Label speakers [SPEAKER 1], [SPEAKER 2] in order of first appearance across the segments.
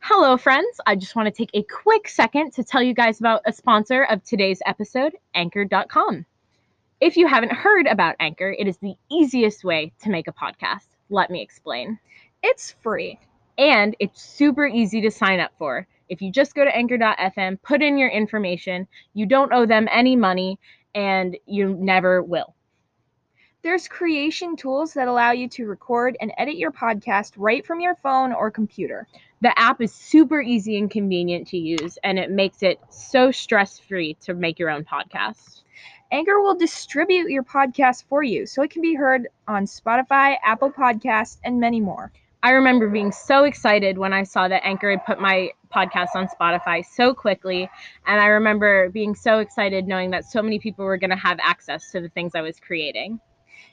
[SPEAKER 1] Hello, friends. I just want to take a quick second to tell you guys about a sponsor of today's episode, Anchor.com. If you haven't heard about Anchor, it is the easiest way to make a podcast. Let me explain.
[SPEAKER 2] It's free.
[SPEAKER 1] And it's super easy to sign up for. If you just go to anchor.fm, put in your information, you don't owe them any money, and you never will.
[SPEAKER 2] There's creation tools that allow you to record and edit your podcast right from your phone or computer.
[SPEAKER 1] The app is super easy and convenient to use, and it makes it so stress free to make your own podcast.
[SPEAKER 2] Anchor will distribute your podcast for you so it can be heard on Spotify, Apple Podcasts, and many more.
[SPEAKER 1] I remember being so excited when I saw that Anchor had put my podcast on Spotify so quickly. And I remember being so excited knowing that so many people were going to have access to the things I was creating.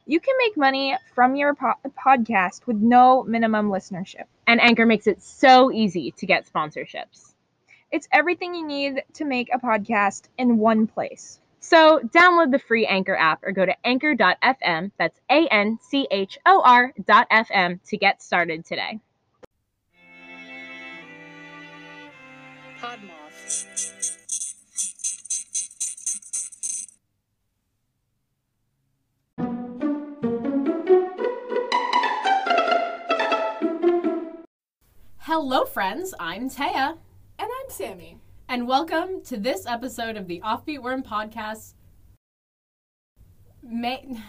[SPEAKER 2] You can make money from your po- podcast with no minimum listenership.
[SPEAKER 1] And Anchor makes it so easy to get sponsorships.
[SPEAKER 2] It's everything you need to make a podcast in one place.
[SPEAKER 1] So download the free Anchor app or go to anchor.fm, that's A N C H O R.fm, to get started today.
[SPEAKER 3] Podmoth.
[SPEAKER 1] Hello, friends. I'm Taya,
[SPEAKER 4] And I'm Sammy.
[SPEAKER 1] and welcome to this episode of the Offbeat Worm podcast. May-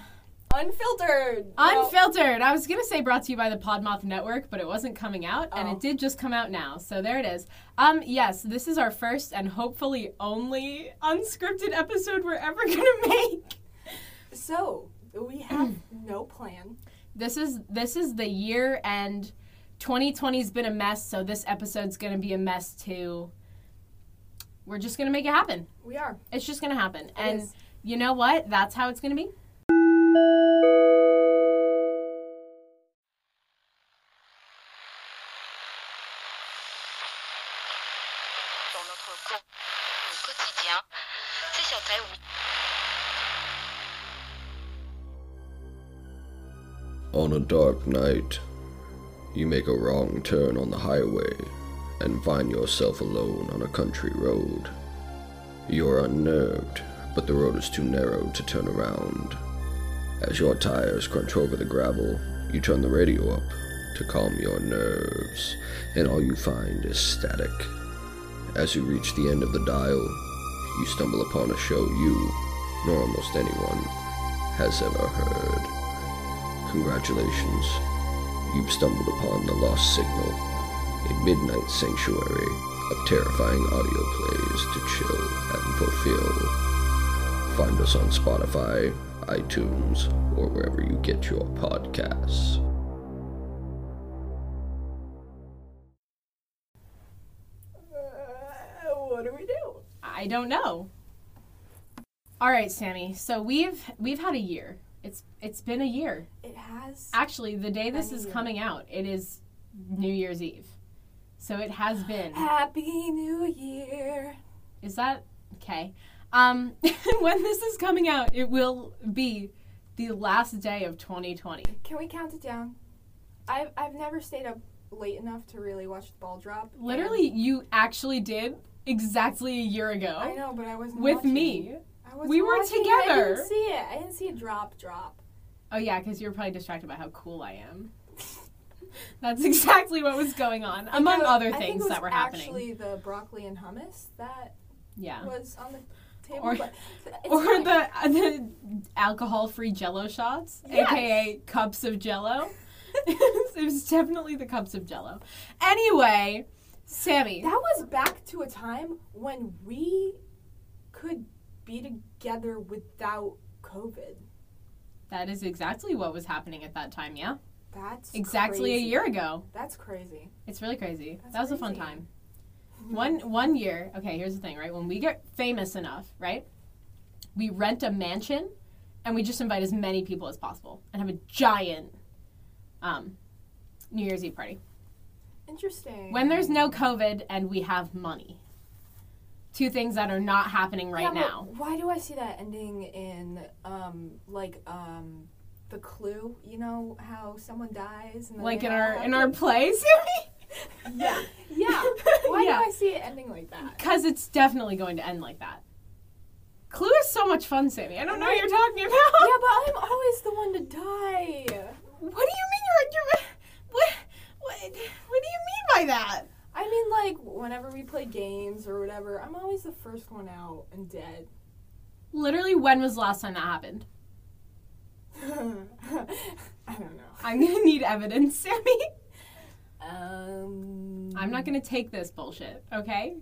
[SPEAKER 4] Unfiltered. Well,
[SPEAKER 1] Unfiltered. I was going to say brought to you by the Podmoth Network, but it wasn't coming out, and
[SPEAKER 4] Oh.
[SPEAKER 1] it did just come out now. So there it is. Um, yes, this is our first and hopefully only unscripted episode we're ever going to make.
[SPEAKER 4] so we have no plan.
[SPEAKER 1] This is this is the year and 2020's been a mess, so this episode's going to be a mess too. We're just going to make it happen.
[SPEAKER 4] We are.
[SPEAKER 1] It's just going to happen. and
[SPEAKER 4] is.
[SPEAKER 1] you know what? That's how it's going to be.
[SPEAKER 5] dans notre co- au quotidien, c'est sur Taïwan.
[SPEAKER 6] On a dark night, you make a wrong turn on the highway and find yourself alone on a country road. You are unnerved, but the road is too narrow to turn around. As your tires crunch over the gravel, you turn the radio up to calm your nerves, and all you find is static. As you reach the end of the dial, you stumble upon a show you, nor almost anyone, has ever heard. Congratulations. You've stumbled upon the Lost Signal, a midnight sanctuary of terrifying audio plays to chill and fulfill. Find us on Spotify, iTunes, or wherever you get your podcasts.
[SPEAKER 4] Uh, what do we do?
[SPEAKER 1] I don't know. All right, Sammy. So we've we've had a year. It's it's been a year.
[SPEAKER 4] It has.
[SPEAKER 1] Actually, the day this
[SPEAKER 4] Been a
[SPEAKER 1] is
[SPEAKER 4] year.
[SPEAKER 1] coming out, it is New Year's Eve. So it has been.
[SPEAKER 4] Happy New Year.
[SPEAKER 1] Is that okay? Um, when this is coming out, it will be the last day of 2020.
[SPEAKER 4] Can we count it down? I've, I've never stayed up late enough to really watch the ball drop. and-
[SPEAKER 1] Literally, you actually did exactly a year ago
[SPEAKER 4] I know, but I wasn't
[SPEAKER 1] with
[SPEAKER 4] watching.
[SPEAKER 1] me.
[SPEAKER 4] I wasn't
[SPEAKER 1] We were
[SPEAKER 4] watching it. I
[SPEAKER 1] together.
[SPEAKER 4] didn't see it. I didn't see it drop, drop.
[SPEAKER 1] Oh yeah, because you were probably distracted by how cool I am. That's exactly what was going on, among
[SPEAKER 4] I- I
[SPEAKER 1] other
[SPEAKER 4] think it
[SPEAKER 1] things
[SPEAKER 4] was
[SPEAKER 1] that were happening.
[SPEAKER 4] Actually, the broccoli and hummus that
[SPEAKER 1] Yeah,
[SPEAKER 4] was on the table.
[SPEAKER 1] Or-
[SPEAKER 4] but it's
[SPEAKER 1] or
[SPEAKER 4] fine.
[SPEAKER 1] the uh, the alcohol-free Jello shots,
[SPEAKER 4] Yes.
[SPEAKER 1] aka cups of Jello. it was definitely the cups of Jello. Anyway, Sammy,
[SPEAKER 4] That was back to a time when we could be together without COVID.
[SPEAKER 1] that is exactly what was happening at that time. Yeah,
[SPEAKER 4] That's
[SPEAKER 1] exactly
[SPEAKER 4] crazy.
[SPEAKER 1] a year ago.
[SPEAKER 4] That's crazy.
[SPEAKER 1] It's really crazy.
[SPEAKER 4] That's
[SPEAKER 1] that was a fun
[SPEAKER 4] crazy.
[SPEAKER 1] time. One one year, okay, here's the thing, right? When we get famous enough, right? We rent a mansion and we just invite as many people as possible and have a giant um, New Year's Eve party.
[SPEAKER 4] Interesting.
[SPEAKER 1] When there's no COVID and we have money. Two things that are not happening right
[SPEAKER 4] Yeah, but
[SPEAKER 1] now.
[SPEAKER 4] Why do I see that ending in um like um the clue? You know how someone dies and then
[SPEAKER 1] Like
[SPEAKER 4] they
[SPEAKER 1] in
[SPEAKER 4] all
[SPEAKER 1] our
[SPEAKER 4] have
[SPEAKER 1] in
[SPEAKER 4] to-
[SPEAKER 1] our play
[SPEAKER 4] yeah yeah see it ending like that.
[SPEAKER 7] Because it's definitely going to end like that. Clue is so much fun, Sammy. I don't know what you're talking about.
[SPEAKER 4] Yeah, but I'm always the one to die.
[SPEAKER 7] What do you mean you're you're what what what do you mean by that?
[SPEAKER 4] I mean, like, whenever we play games or whatever, I'm always the first one out and dead.
[SPEAKER 7] Literally, when was the last time that happened?
[SPEAKER 4] I don't know.
[SPEAKER 7] I'm gonna need evidence, Sammy.
[SPEAKER 4] Um,
[SPEAKER 7] I'm not gonna take this bullshit, okay?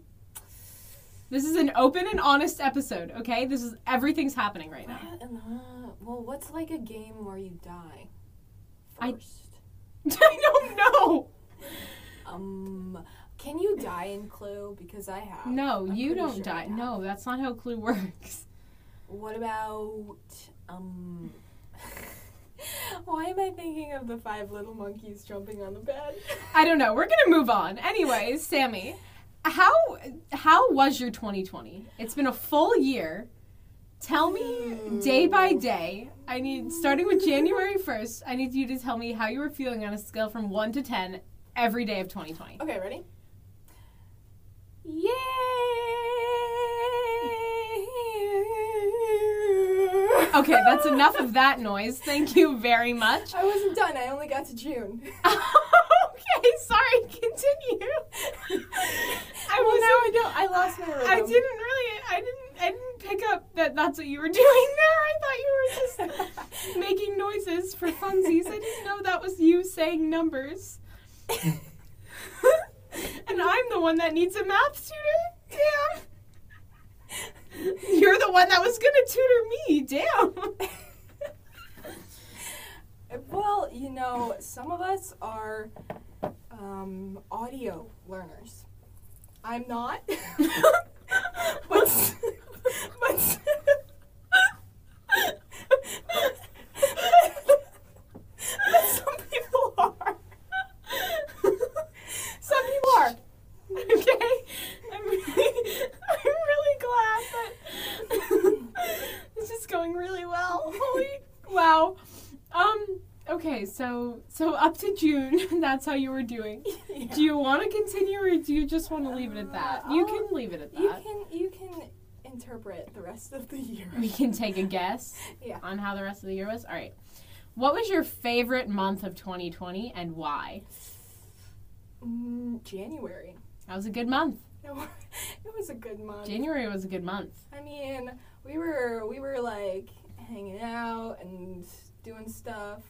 [SPEAKER 7] This is an open and honest episode, okay? This is everything's happening right now.
[SPEAKER 4] What in the- uh, well, what's like a game where you die
[SPEAKER 7] I-
[SPEAKER 4] first?
[SPEAKER 7] I don't know.
[SPEAKER 4] Um, can you die in Clue? Because I have.
[SPEAKER 7] No,
[SPEAKER 4] I'm
[SPEAKER 7] you
[SPEAKER 4] pretty
[SPEAKER 7] don't
[SPEAKER 4] sure I
[SPEAKER 7] die.
[SPEAKER 4] have.
[SPEAKER 7] No, that's not how Clue works.
[SPEAKER 4] What about um? Why am I thinking of the five little monkeys jumping on the bed?
[SPEAKER 7] I don't know. We're gonna move on. Anyways, Sammy, how how was your 2020? It's been a full year. Tell me day by day. I need starting with January 1st. I need you to tell me how you were feeling on a scale from one to ten every day of 2020.
[SPEAKER 4] Okay, ready? Yay!
[SPEAKER 7] Okay, that's enough of that noise. Thank you very much.
[SPEAKER 4] I wasn't done. I only got to June.
[SPEAKER 7] okay, sorry. Continue. I
[SPEAKER 4] well,
[SPEAKER 7] was
[SPEAKER 4] now I don't. I lost my rhythm.
[SPEAKER 7] I didn't really. I didn't. I didn't pick up that that's what you were doing there. I thought you were just making noises for funsies. I didn't know that was you saying numbers. and I'm the one that needs a math tutor. Damn. You're the one that was gonna tutor me. Damn.
[SPEAKER 4] Well, you know, some of us are um, audio learners. I'm not. but, but, but some people are. some people are.
[SPEAKER 7] okay. I'm really, I'm really glad that this is going really well. Holy wow. Um. Okay. So so up to June. That's how you were doing. Do you want to continue or do you just want to leave it at that? You can leave it at
[SPEAKER 4] Uh, You
[SPEAKER 7] that.
[SPEAKER 4] can you can interpret the rest of the year.
[SPEAKER 7] We can take a guess
[SPEAKER 4] Yeah.
[SPEAKER 7] on how the rest of the year was. All right. What was your favorite month of 2020 and why?
[SPEAKER 4] Mm, January.
[SPEAKER 7] That was a good month.
[SPEAKER 4] It wa- it was a good month.
[SPEAKER 7] January was a good month.
[SPEAKER 4] I mean, we were we were like hanging out and doing stuff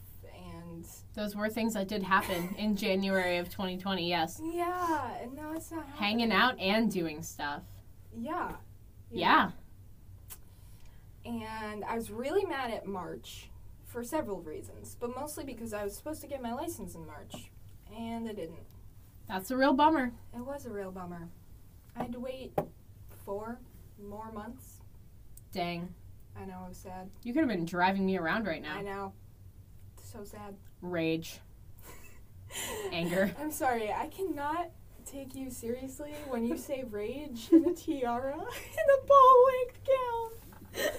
[SPEAKER 4] and
[SPEAKER 7] Those were things that did happen in January of 2020, yes.
[SPEAKER 4] yeah, and now it's not happening.
[SPEAKER 7] Hanging out and doing stuff.
[SPEAKER 4] Yeah. you
[SPEAKER 7] Yeah.
[SPEAKER 4] know? And I was really mad at March for several reasons, but mostly because I was supposed to get my license in March and I didn't.
[SPEAKER 7] That's a real bummer.
[SPEAKER 4] It was a real bummer. I had to wait four more months.
[SPEAKER 7] Dang.
[SPEAKER 4] I know, I was sad.
[SPEAKER 7] You could have been driving me around right
[SPEAKER 4] I
[SPEAKER 7] now.
[SPEAKER 4] know. So sad.
[SPEAKER 7] Rage. Anger.
[SPEAKER 4] I'm sorry, I cannot take you seriously when you say rage in a tiara and a ball wigged gown.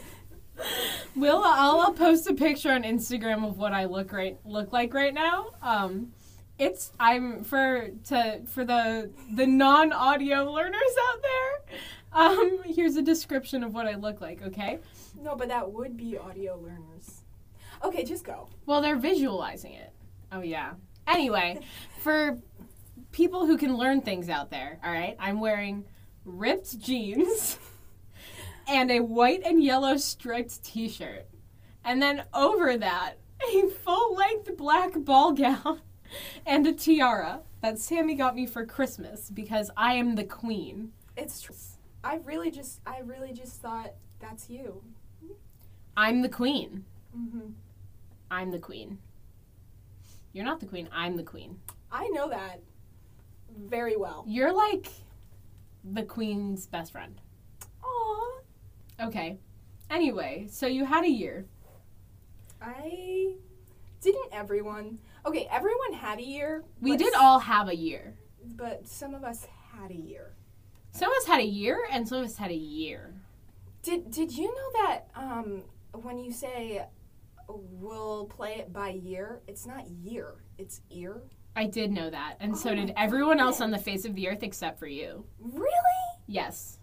[SPEAKER 7] Will I'll, I'll post a picture on Instagram of what I look right look like right now. Um it's I'm for to for the the non audio learners out there. Um here's a description of what I look like, okay?
[SPEAKER 4] No, but that would be audio learners. Okay, just go.
[SPEAKER 7] Well, they're visualizing it. Oh, yeah. Anyway, for people who can learn things out there, all right, I'm wearing ripped jeans and a white and yellow striped t shirt. And then over that, a full length black ball gown and a tiara that Sammy got me for Christmas because I am the queen.
[SPEAKER 4] It's true. I really just, I really just thought that's you.
[SPEAKER 7] I'm the queen.
[SPEAKER 4] hmm
[SPEAKER 7] I'm the queen. You're not the queen, I'm the queen.
[SPEAKER 4] I know that very well.
[SPEAKER 7] You're like the queen's best friend.
[SPEAKER 4] Aw,
[SPEAKER 7] Okay. Anyway, so you had a year.
[SPEAKER 4] I didn't. Everyone. Okay, everyone had a year.
[SPEAKER 7] We
[SPEAKER 4] but
[SPEAKER 7] did
[SPEAKER 4] s-
[SPEAKER 7] all have a year.
[SPEAKER 4] but some of us had a year.
[SPEAKER 7] Some of us had a year, and some of us had a year.
[SPEAKER 4] Did Did you know that um, when you say we'll play it by year, it's not year, it's ear.
[SPEAKER 7] I did know that, and
[SPEAKER 4] Oh,
[SPEAKER 7] so did everyone else on the face of the earth except for you.
[SPEAKER 4] Really?
[SPEAKER 7] Yes.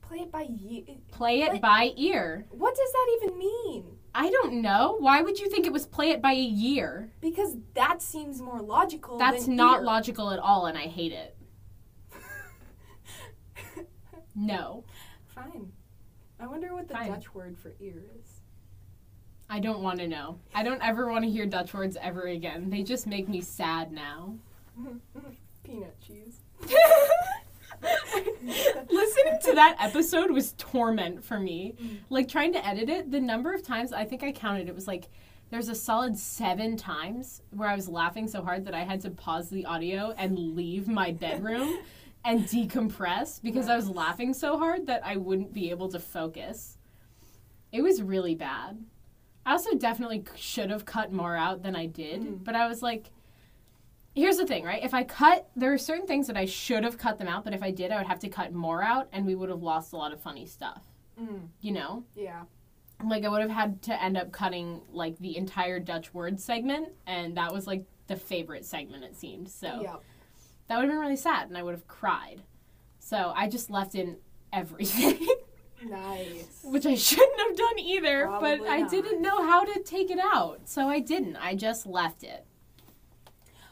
[SPEAKER 4] Play it by you.
[SPEAKER 7] Play it
[SPEAKER 4] What?
[SPEAKER 7] by ear.
[SPEAKER 4] What does that even mean?
[SPEAKER 7] I don't know. Why would you think it was play it by a year?
[SPEAKER 4] Because that seems more logical.
[SPEAKER 7] That's
[SPEAKER 4] than
[SPEAKER 7] not
[SPEAKER 4] ear.
[SPEAKER 7] logical at all, and I hate it. No,
[SPEAKER 4] Fine. I wonder what the
[SPEAKER 7] Fine.
[SPEAKER 4] Dutch word for ear is.
[SPEAKER 7] I don't want to know. I don't ever want to hear Dutch words ever again. They just make me sad now.
[SPEAKER 4] Peanut cheese.
[SPEAKER 7] Listening to that episode was torment for me. Like trying to edit it, the number of times I think I counted, it was like there's a solid seven times where I was laughing so hard that I had to pause the audio and leave my bedroom and decompress because I was laughing so hard that I wouldn't be able to focus. It was really bad. I also definitely should have cut more out than I did, but I was like, here's the thing, right? If I cut, there are certain things that I should have cut them out, but if I did, I would have to cut more out, and we would have lost a lot of funny stuff.
[SPEAKER 4] Mm.
[SPEAKER 7] You know,
[SPEAKER 4] Yeah.
[SPEAKER 7] like I would have had to end up cutting like the entire Dutch word segment, and that was like the favorite segment it seemed. So
[SPEAKER 4] Yeah.
[SPEAKER 7] that would have been really sad, and I would have cried. So I just left in everything,
[SPEAKER 4] Nice.
[SPEAKER 7] which I shouldn't have done either, but
[SPEAKER 4] Probably
[SPEAKER 7] I
[SPEAKER 4] not.
[SPEAKER 7] didn't know how to take it out, so I didn't. I just left it.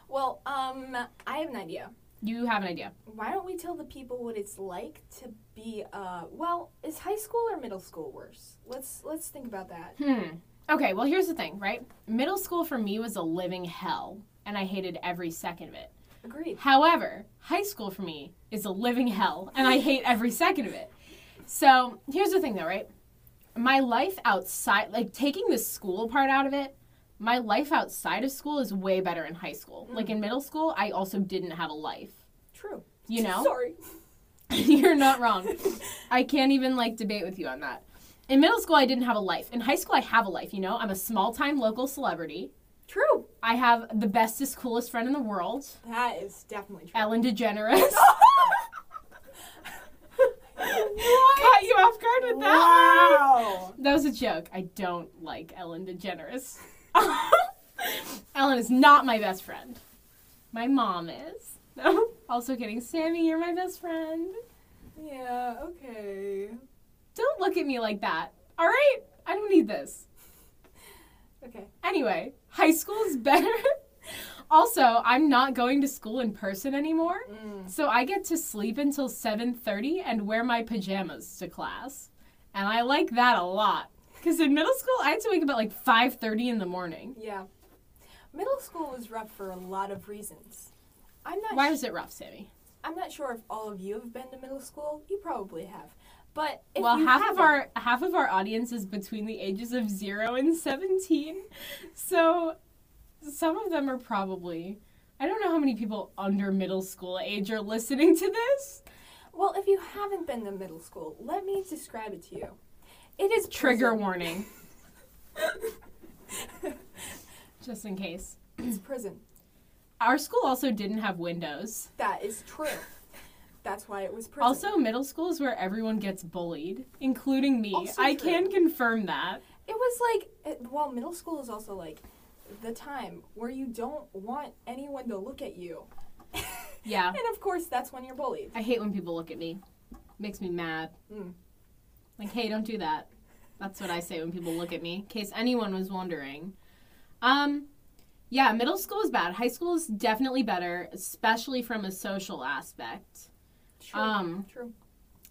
[SPEAKER 4] Well, um, I have an idea.
[SPEAKER 7] You have an idea.
[SPEAKER 4] Why don't we tell the people what it's like to be uh well, is high school or middle school worse? Let's let's think about that.
[SPEAKER 7] Hmm. Okay, well, here's the thing, right? Middle school for me was a living hell, and I hated every second of it.
[SPEAKER 4] Agreed.
[SPEAKER 7] However, high school for me is a living hell, and I hate every second of it. So here's the thing, though, right? My life outside, like taking the school part out of it, my life outside of school is way better in high school. Like in middle school, I also didn't have a life.
[SPEAKER 4] True.
[SPEAKER 7] You know?
[SPEAKER 4] Sorry.
[SPEAKER 7] You're not wrong. I can't even like debate with you on that. In middle school, I didn't have a life. In high school, I have a life. You know, I'm a small time local celebrity.
[SPEAKER 4] True.
[SPEAKER 7] I have the bestest, coolest friend in the world,
[SPEAKER 4] That is definitely true.
[SPEAKER 7] Ellen DeGeneres. Caught you off guard with that. one.
[SPEAKER 4] wow.
[SPEAKER 7] That was a joke. I don't like Ellen DeGeneres. Ellen is not my best friend. My mom is. No. Also kidding. Sammy, you're my best friend.
[SPEAKER 4] Yeah, okay.
[SPEAKER 7] Don't look at me like that. All right? I don't need this.
[SPEAKER 4] Okay.
[SPEAKER 7] Anyway, high school's better. also, I'm not going to school in person anymore,
[SPEAKER 4] Mm.
[SPEAKER 7] so I get to sleep until 7:30 and wear my pajamas to class. And I like that a lot. Cuz in middle school I had to wake up at like 5:30 in the morning.
[SPEAKER 4] Yeah. Middle school was rough for a lot of reasons. I'm not
[SPEAKER 7] Why was it rough, Sammy?
[SPEAKER 4] I'm not sure if all of you have been to middle school. You probably have. But if
[SPEAKER 7] well,
[SPEAKER 4] you
[SPEAKER 7] half of
[SPEAKER 4] haven't-
[SPEAKER 7] our half of our audience is between the ages of 0 and 17. So some of them are probably I don't know how many people under middle school age are listening to this.
[SPEAKER 4] Well, if you haven't been to middle school, let me describe it to you. It is
[SPEAKER 7] Trigger
[SPEAKER 4] prison.
[SPEAKER 7] warning. Just in case.
[SPEAKER 4] It's prison.
[SPEAKER 7] Our school also didn't have windows.
[SPEAKER 4] That is true. That's why it was prison.
[SPEAKER 7] Also, middle school is where everyone gets bullied, including me.
[SPEAKER 4] Also
[SPEAKER 7] I
[SPEAKER 4] true.
[SPEAKER 7] can confirm that.
[SPEAKER 4] it was like it, well, middle school is also like the time where you don't want anyone to look at you,
[SPEAKER 7] Yeah.
[SPEAKER 4] and of course, that's when you're bullied.
[SPEAKER 7] I hate when people look at me. Makes me mad.
[SPEAKER 4] Mm.
[SPEAKER 7] Like, hey, don't do that. That's what I say when people look at me, in case anyone was wondering. Um, yeah, middle school is bad. High school is definitely better, especially from a social aspect.
[SPEAKER 4] True.
[SPEAKER 7] Um,
[SPEAKER 4] true.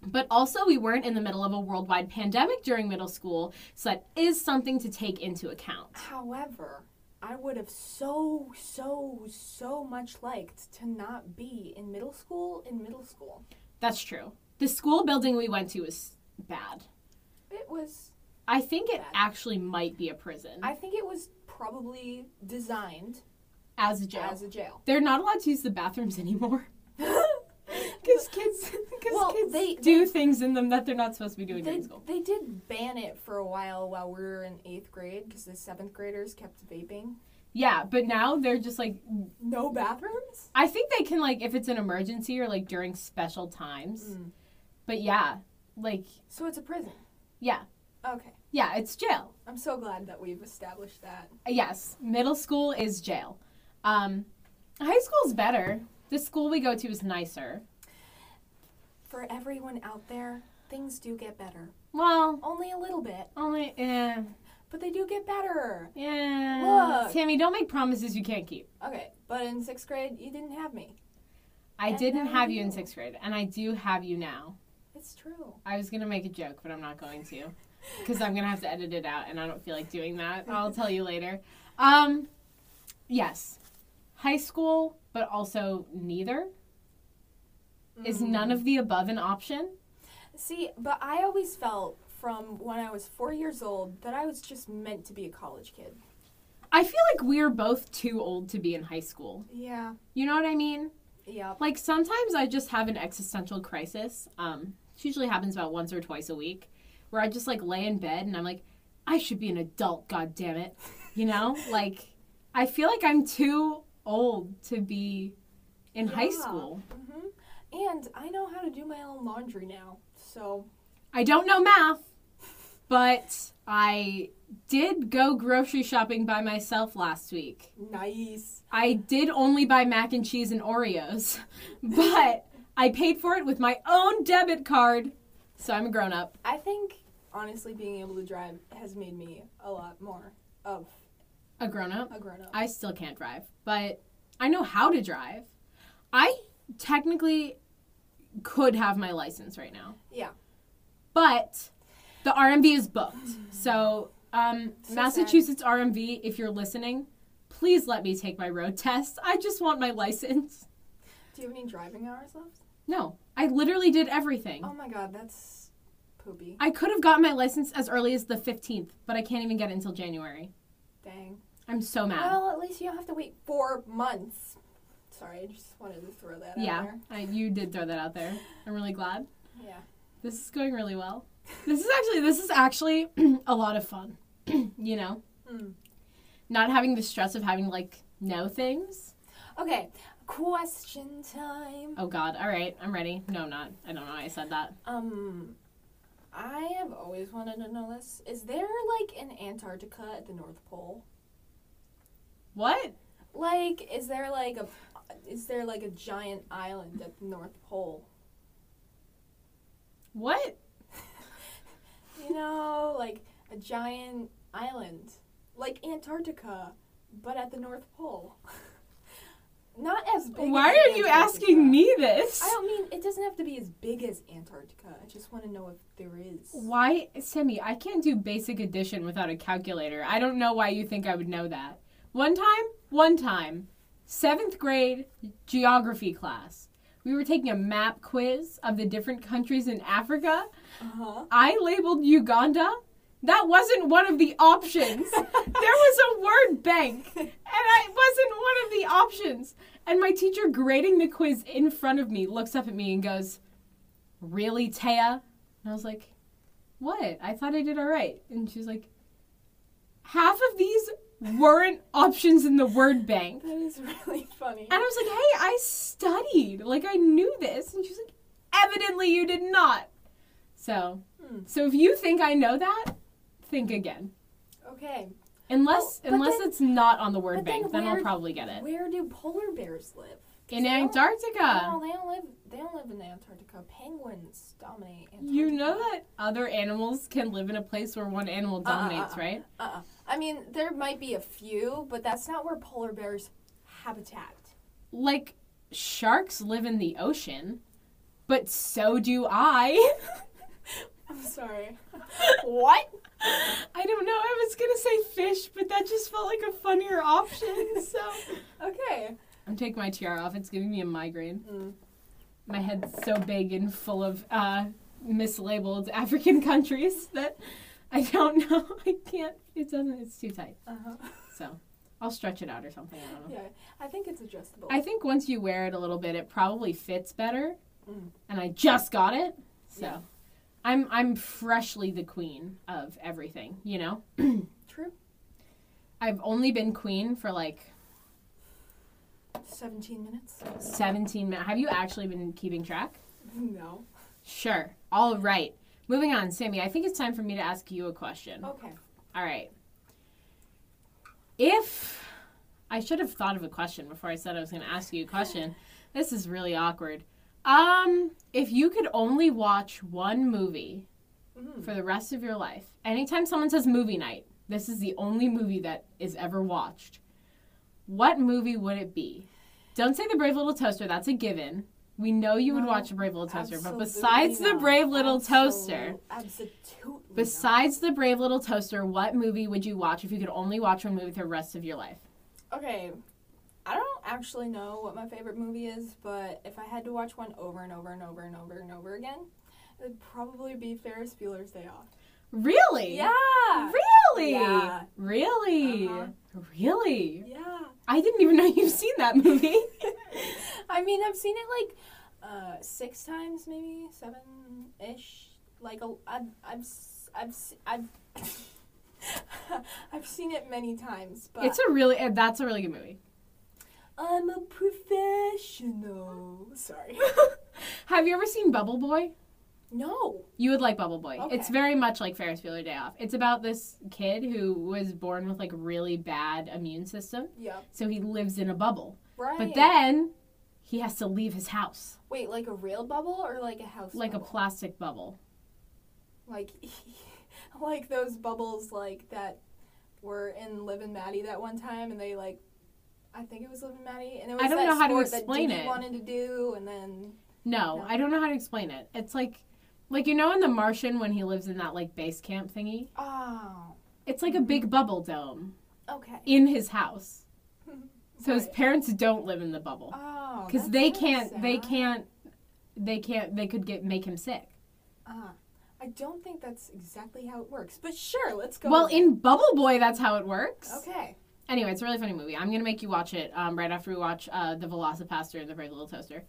[SPEAKER 7] But also, we weren't in the middle of a worldwide pandemic during middle school, so that is something to take into account.
[SPEAKER 4] However, I would have so, so, so much liked to not be in middle school in middle school.
[SPEAKER 7] That's true. The school building we went to was bad.
[SPEAKER 4] It was,
[SPEAKER 7] I think it
[SPEAKER 4] Bad.
[SPEAKER 7] actually might be a prison
[SPEAKER 4] I think it was probably designed
[SPEAKER 7] as a jail.
[SPEAKER 4] as a jail.
[SPEAKER 7] They're not allowed to use the bathrooms anymore. Because kids, cause
[SPEAKER 4] Well,
[SPEAKER 7] kids
[SPEAKER 4] they-
[SPEAKER 7] do things in them that they're not supposed to be doing
[SPEAKER 4] They,
[SPEAKER 7] during school.
[SPEAKER 4] they did ban it for a while while we were in eighth grade because the seventh graders kept vaping.
[SPEAKER 7] Yeah, but now they're just like,
[SPEAKER 4] No bathrooms?
[SPEAKER 7] I think they can, like, if it's an emergency or, like, during special times.
[SPEAKER 4] Mm.
[SPEAKER 7] But yeah, like,
[SPEAKER 4] So it's a prison.
[SPEAKER 7] Yeah.
[SPEAKER 4] Okay.
[SPEAKER 7] yeah, it's jail.
[SPEAKER 4] I'm so glad that we've established that.
[SPEAKER 7] Yes, middle school is jail. Um, High school's better. The school we go to is nicer.
[SPEAKER 4] For everyone out there, things do get better.
[SPEAKER 7] Well,
[SPEAKER 4] Only a little bit,
[SPEAKER 7] only yeah,
[SPEAKER 4] but they do get better.
[SPEAKER 7] yeah.
[SPEAKER 4] Look.
[SPEAKER 7] Tammy, don't make promises you can't keep.
[SPEAKER 4] Okay, but in sixth grade, you didn't have me.
[SPEAKER 7] I
[SPEAKER 4] And
[SPEAKER 7] didn't
[SPEAKER 4] now
[SPEAKER 7] have you in
[SPEAKER 4] you.
[SPEAKER 7] sixth grade, and I do have you now.
[SPEAKER 4] It's true.
[SPEAKER 7] I was gonna make a joke, but I'm not going to, because I'm gonna have to edit it out, and I don't feel like doing that. I'll tell you later. Um, yes, high school, but also neither. Is none of the above an option?
[SPEAKER 4] See, but I always felt from when I was four years old that I was just meant to be a college kid.
[SPEAKER 7] I feel like we're both too old to be in high school.
[SPEAKER 4] Yeah.
[SPEAKER 7] You know what I mean?
[SPEAKER 4] Yeah.
[SPEAKER 7] Like sometimes I just have an existential crisis. Um, it usually happens about once or twice a week, where I just like lay in bed and I'm like, I should be an adult, god damn it. You know, like I feel like I'm too old to be in high
[SPEAKER 4] Yeah.
[SPEAKER 7] school.
[SPEAKER 4] hmm And I know how to do my own laundry now. So,
[SPEAKER 7] I don't know math, but I did go grocery shopping by myself last week.
[SPEAKER 4] nice.
[SPEAKER 7] I did only buy mac and cheese and Oreos, but I paid for it with my own debit card. So I'm a grown up.
[SPEAKER 4] I think, honestly, being able to drive has made me a lot more of
[SPEAKER 7] A grown up?
[SPEAKER 4] a grown up.
[SPEAKER 7] I still can't drive, but I know how to drive. I technically could have my license right now.
[SPEAKER 4] Yeah.
[SPEAKER 7] But the RMV is booked. So, um,
[SPEAKER 4] So
[SPEAKER 7] Massachusetts RMV, if you're listening, please let me take my road test. I just want my license.
[SPEAKER 4] Do you have any driving hours left?
[SPEAKER 7] No, I literally did everything.
[SPEAKER 4] Oh my god, that's poopy.
[SPEAKER 7] I could have gotten my license as early as the 15th, but I can't even get it until January.
[SPEAKER 4] Dang.
[SPEAKER 7] I'm so mad.
[SPEAKER 4] Well, at least you don't have to wait four months. Sorry, I just wanted to throw that out
[SPEAKER 7] yeah,
[SPEAKER 4] there.
[SPEAKER 7] I, you did throw that out there. I'm really glad.
[SPEAKER 4] Yeah.
[SPEAKER 7] This is going really well. This is actually this is actually a lot of fun. you know,
[SPEAKER 4] Mm.
[SPEAKER 7] not having the stress of having to, like know things.
[SPEAKER 4] Okay, question time.
[SPEAKER 7] Oh God! All right, I'm ready. No, I'm not. I don't know why I said that.
[SPEAKER 4] Um, I have always wanted to know this. Is there like an Antarctica at the North Pole?
[SPEAKER 7] What?
[SPEAKER 4] Like, is there like a is there like a giant island at the North Pole?
[SPEAKER 7] What?
[SPEAKER 4] You know, like a giant island, like Antarctica, but at the North Pole. Not as big.
[SPEAKER 7] Why
[SPEAKER 4] as
[SPEAKER 7] are you
[SPEAKER 4] Antarctica.
[SPEAKER 7] asking me this?
[SPEAKER 4] I don't mean it doesn't have to be as big as Antarctica. I just want to know if there is.
[SPEAKER 7] Why, Sammy? I can't do basic addition without a calculator. I don't know why you think I would know that. One time, one time, seventh grade geography class, we were taking a map quiz of the different countries in Africa.
[SPEAKER 4] Uh huh.
[SPEAKER 7] I labeled Uganda. That wasn't one of the options. there was a word bank, and I wasn't one of the options. And my teacher grading the quiz in front of me looks up at me and goes, Really, Taya? And I was like, What? I thought I did all right. And she's like, Half of these weren't options in the word bank.
[SPEAKER 4] That is really funny.
[SPEAKER 7] And I was like, hey, I studied. Like, I knew this. And she's like, evidently you did not. So,
[SPEAKER 4] Hmm.
[SPEAKER 7] so if you think I know that, think again.
[SPEAKER 4] Okay.
[SPEAKER 7] Unless,
[SPEAKER 4] Oh, but
[SPEAKER 7] unless
[SPEAKER 4] then-
[SPEAKER 7] it's not on the word
[SPEAKER 4] but
[SPEAKER 7] bank,
[SPEAKER 4] then
[SPEAKER 7] then, I'll
[SPEAKER 4] where-
[SPEAKER 7] probably get it.
[SPEAKER 4] Where do polar bears live? 'Cause
[SPEAKER 7] In
[SPEAKER 4] they don't-
[SPEAKER 7] Antarctica.
[SPEAKER 4] No, they don't live. They don't live in Antarctica. Penguins dominate. Antarctica.
[SPEAKER 7] You know that other animals can live in a place where one animal
[SPEAKER 4] Uh, uh,
[SPEAKER 7] dominates,
[SPEAKER 4] uh.
[SPEAKER 7] right?
[SPEAKER 4] Uh-uh. I mean, there might be a few, but that's not where polar bears habitat.
[SPEAKER 7] Like, sharks live in the ocean, but so do I.
[SPEAKER 4] I'm sorry. what?
[SPEAKER 7] I don't know. I was going to say fish, but that just felt like a funnier option. So.
[SPEAKER 4] Okay.
[SPEAKER 7] I'm taking my tiara off. It's giving me a migraine.
[SPEAKER 4] Mm.
[SPEAKER 7] My head's so big and full of uh, mislabeled African countries that I don't know. I can't. It doesn't. It's too tight.
[SPEAKER 4] Uh huh.
[SPEAKER 7] So I'll stretch it out or something. I don't know.
[SPEAKER 4] Yeah, I think it's adjustable.
[SPEAKER 7] I think once you wear it a little bit, it probably fits better.
[SPEAKER 4] Mm.
[SPEAKER 7] And I just got it, so
[SPEAKER 4] Yeah.
[SPEAKER 7] I'm I'm freshly the queen of everything. You know,
[SPEAKER 4] True.
[SPEAKER 7] I've only been queen for like
[SPEAKER 4] 17 minutes.
[SPEAKER 7] 17 minutes. Have you actually been keeping track?
[SPEAKER 4] No.
[SPEAKER 7] Sure. All right. Moving on, Sammy, I think it's time for me to ask you a question.
[SPEAKER 4] Okay.
[SPEAKER 7] All right. If I should have thought of a question before I said I was going to ask you a question. This is really awkward. Um, if you could only watch one movie
[SPEAKER 4] Mm-hmm.
[SPEAKER 7] for the rest of your life, anytime someone says movie night, this is the only movie that is ever watched. What movie would it be? Don't say The Brave Little Toaster, that's a given. We know you would
[SPEAKER 4] No,
[SPEAKER 7] watch The Brave Little Toaster, but
[SPEAKER 4] Absolutely
[SPEAKER 7] besides The
[SPEAKER 4] not.
[SPEAKER 7] Brave Little
[SPEAKER 4] Absolute-
[SPEAKER 7] Toaster,
[SPEAKER 4] Absolutely.
[SPEAKER 7] Besides the Brave Little Toaster, what movie would you watch if you could only watch one movie for the rest of your life?
[SPEAKER 4] not. Okay. I don't actually know what my favorite movie is, but if I had to watch one over and over and over and over and over again, it would probably be Ferris Bueller's Day Off.
[SPEAKER 7] Really?
[SPEAKER 4] Yeah.
[SPEAKER 7] Really?
[SPEAKER 4] Yeah.
[SPEAKER 7] Really?
[SPEAKER 4] Uh-huh.
[SPEAKER 7] Really?
[SPEAKER 4] Yeah.
[SPEAKER 7] I didn't even know you've seen that movie.
[SPEAKER 4] I mean, I've seen it like uh, six times, maybe seven ish. Like a, I've, I've, s- I've, s- I've, I've seen it many times. But
[SPEAKER 7] it's a really uh, that's a really good movie.
[SPEAKER 4] I'm a professional. Sorry.
[SPEAKER 7] Have you ever seen Bubble Boy?
[SPEAKER 4] no.
[SPEAKER 7] You would like Bubble Boy.
[SPEAKER 4] Okay.
[SPEAKER 7] It's very much like Ferris Bueller Day Off. It's about this kid who was born with like a really bad immune system,
[SPEAKER 4] Yeah.
[SPEAKER 7] so he lives in a bubble.
[SPEAKER 4] Right.
[SPEAKER 7] But then he has to leave his house,
[SPEAKER 4] wait, like a real bubble or like a house?
[SPEAKER 7] like a
[SPEAKER 4] bubble?
[SPEAKER 7] plastic bubble.
[SPEAKER 4] like, like those bubbles like that were in Liv and Maddie that one time, and they like. I think it was Liv and Maddie, and it was
[SPEAKER 7] don't
[SPEAKER 4] that
[SPEAKER 7] know how to
[SPEAKER 4] sport
[SPEAKER 7] explain
[SPEAKER 4] that Diggy
[SPEAKER 7] it.
[SPEAKER 4] wanted to do, and then
[SPEAKER 7] No,
[SPEAKER 4] No?
[SPEAKER 7] I don't know how to explain it. It's like, like you know, in The Martian when he lives in that like base camp thingy,
[SPEAKER 4] oh,
[SPEAKER 7] it's like a big bubble dome
[SPEAKER 4] okay.
[SPEAKER 7] in his house. So his
[SPEAKER 4] Right.
[SPEAKER 7] parents don't live in the bubble
[SPEAKER 4] Oh,
[SPEAKER 7] because
[SPEAKER 4] that's
[SPEAKER 7] they
[SPEAKER 4] kinda
[SPEAKER 7] can't. They
[SPEAKER 4] sad.
[SPEAKER 7] can't. They can't. They could get make him sick.
[SPEAKER 4] Ah, I don't think that's exactly how it works, but sure, let's go.
[SPEAKER 7] Well,
[SPEAKER 4] with
[SPEAKER 7] in Bubble Boy, that's how it works.
[SPEAKER 4] it. okay,
[SPEAKER 7] Anyway, it's a really funny movie. I'm gonna make you watch it um, right after we watch uh, the Velocipaster and the Brave Little Toaster.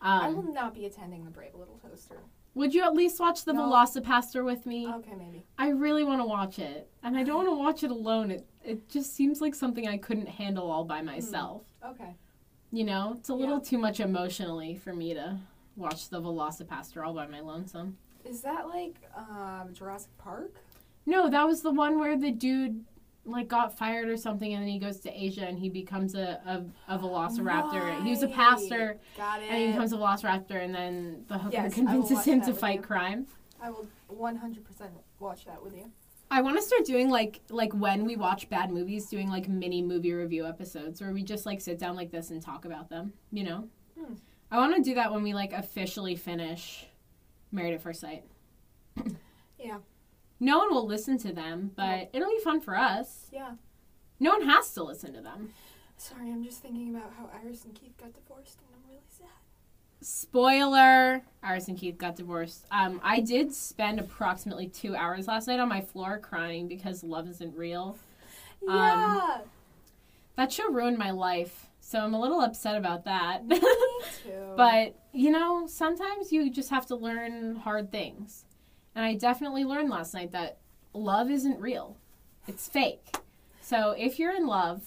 [SPEAKER 4] I
[SPEAKER 7] Um,
[SPEAKER 4] will not be attending the Brave Little Toaster.
[SPEAKER 7] would you at least watch the
[SPEAKER 4] No. Um,
[SPEAKER 7] Velocipaster with me?
[SPEAKER 4] Okay, maybe.
[SPEAKER 7] I really want to watch it, and I don't want to watch it alone. It it just seems like something I couldn't handle all
[SPEAKER 4] Hmm.
[SPEAKER 7] by myself.
[SPEAKER 4] Okay,
[SPEAKER 7] You know, it's a little too much emotionally for me to watch the Velocipaster all by my lonesome.
[SPEAKER 4] is that like um, Jurassic Park?
[SPEAKER 7] No, that was the one where the dude like got fired or something, and then he goes to Asia and he becomes a a, a Velociraptor. He was a
[SPEAKER 4] Right.
[SPEAKER 7] pastor,
[SPEAKER 4] Got it.
[SPEAKER 7] and he becomes a Velociraptor, and then the hooker
[SPEAKER 4] Yes, I will
[SPEAKER 7] convinces
[SPEAKER 4] watch
[SPEAKER 7] him
[SPEAKER 4] that
[SPEAKER 7] to
[SPEAKER 4] with
[SPEAKER 7] fight
[SPEAKER 4] you.
[SPEAKER 7] crime.
[SPEAKER 4] I will 100% watch that with you.
[SPEAKER 7] I want to start doing like like when we watch bad movies, doing like mini movie review episodes where we just like sit down like this and talk about them. You know,
[SPEAKER 4] Hmm.
[SPEAKER 7] I want to do that when we like officially finish Married at First Sight.
[SPEAKER 4] Yeah.
[SPEAKER 7] No one will listen to them, but it'll be fun for us.
[SPEAKER 4] Yeah.
[SPEAKER 7] No one has to listen to them.
[SPEAKER 4] Sorry, I'm just thinking about how Iris and Keith got divorced, and I'm really sad.
[SPEAKER 7] Spoiler: Iris and Keith got divorced. Um, I did spend approximately two hours last night on my floor crying because love isn't real. Um,
[SPEAKER 4] yeah.
[SPEAKER 7] That show ruined my life, so I'm a little upset about that.
[SPEAKER 4] Me too.
[SPEAKER 7] But, you know, sometimes you just have to learn hard things. And I definitely learned last night that love isn't real, it's fake. So if you're in love,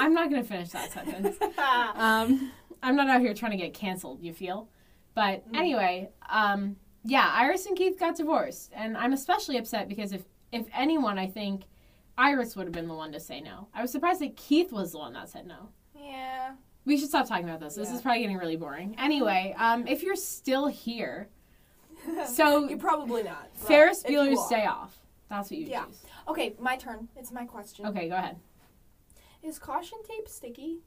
[SPEAKER 7] I'm not going to finish that sentence. Um, I'm not out here trying to get canceled, you feel? But anyway, um, yeah, Iris and Keith got divorced. And I'm especially upset because if, if anyone, I think Iris would have been the one to say no. I was surprised that Keith was the one that said no.
[SPEAKER 4] yeah.
[SPEAKER 7] We should stop talking about this. This
[SPEAKER 4] Yeah.
[SPEAKER 7] is probably getting really boring. Anyway, um, if you're still here, so
[SPEAKER 4] You're probably not. but
[SPEAKER 7] Ferris
[SPEAKER 4] if you
[SPEAKER 7] Bueller's
[SPEAKER 4] are-
[SPEAKER 7] Day Off. That's what you
[SPEAKER 4] Yeah.
[SPEAKER 7] choose.
[SPEAKER 4] Okay, my turn. It's my question.
[SPEAKER 7] Okay, go ahead.
[SPEAKER 4] Is caution tape sticky?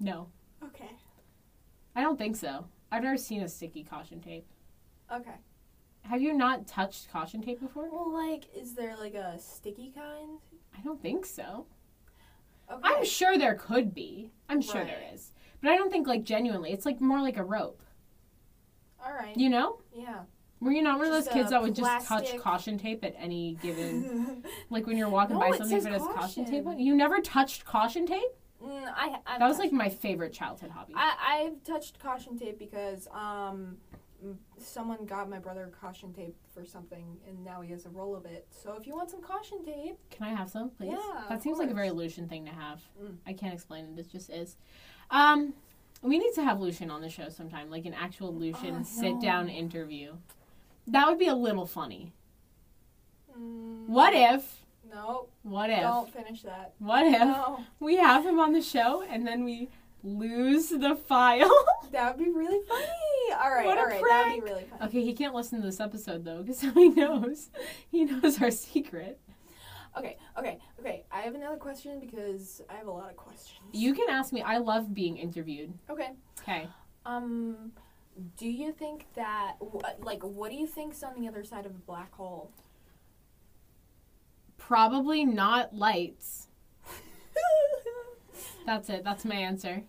[SPEAKER 7] No,
[SPEAKER 4] Okay.
[SPEAKER 7] I don't think so. I've never seen a sticky caution tape.
[SPEAKER 4] Okay.
[SPEAKER 7] Have you not touched caution tape before?
[SPEAKER 4] Well, like, is there like a sticky kind?
[SPEAKER 7] I don't think so.
[SPEAKER 4] Okay.
[SPEAKER 7] I'm sure there could be. I'm sure there
[SPEAKER 4] Right.
[SPEAKER 7] is. But I don't think like genuinely. It's like more like a rope.
[SPEAKER 4] All right.
[SPEAKER 7] You know?
[SPEAKER 4] yeah.
[SPEAKER 7] Were you not one of
[SPEAKER 4] Just
[SPEAKER 7] those kids
[SPEAKER 4] a
[SPEAKER 7] that would just touch
[SPEAKER 4] plastic-
[SPEAKER 7] caution tape at any given like when you're walking
[SPEAKER 4] No,
[SPEAKER 7] by
[SPEAKER 4] it
[SPEAKER 7] something
[SPEAKER 4] says
[SPEAKER 7] that has caution tape on?
[SPEAKER 4] caution.
[SPEAKER 7] You never touched caution tape?
[SPEAKER 4] Mm, I, I've
[SPEAKER 7] That was
[SPEAKER 4] touched-
[SPEAKER 7] like my favorite childhood hobby.
[SPEAKER 4] I, I've touched caution tape because um, m- someone got my brother caution tape for something, and now he has a roll of it. So if you want some caution tape,
[SPEAKER 7] Can I have some, please?
[SPEAKER 4] Yeah,
[SPEAKER 7] that
[SPEAKER 4] of
[SPEAKER 7] seems like a very
[SPEAKER 4] course.
[SPEAKER 7] Lucian thing to have.
[SPEAKER 4] Mm.
[SPEAKER 7] I can't explain it. It just is. Um, we need to have Lucian on the show sometime, like an
[SPEAKER 4] Oh,
[SPEAKER 7] actual Lucian
[SPEAKER 4] no.
[SPEAKER 7] sit-down interview. That would be a little funny.
[SPEAKER 4] mm,
[SPEAKER 7] What if
[SPEAKER 4] No,
[SPEAKER 7] What if?
[SPEAKER 4] don't finish that.
[SPEAKER 7] What if
[SPEAKER 4] No,
[SPEAKER 7] we have him on the show and then we lose the file?
[SPEAKER 4] that would be really funny. All right,
[SPEAKER 7] What a
[SPEAKER 4] all right, that would
[SPEAKER 7] prank.
[SPEAKER 4] be really funny.
[SPEAKER 7] okay, he can't listen to this episode though, because he knows he knows our secret.
[SPEAKER 4] Okay, okay, okay. I have another question because I have a lot of questions.
[SPEAKER 7] You can ask me. I love being interviewed.
[SPEAKER 4] okay?
[SPEAKER 7] Okay.
[SPEAKER 4] Um, do you think that wh- like what do you think's on the other side of a black hole?
[SPEAKER 7] Probably not lights. That's it. That's my answer.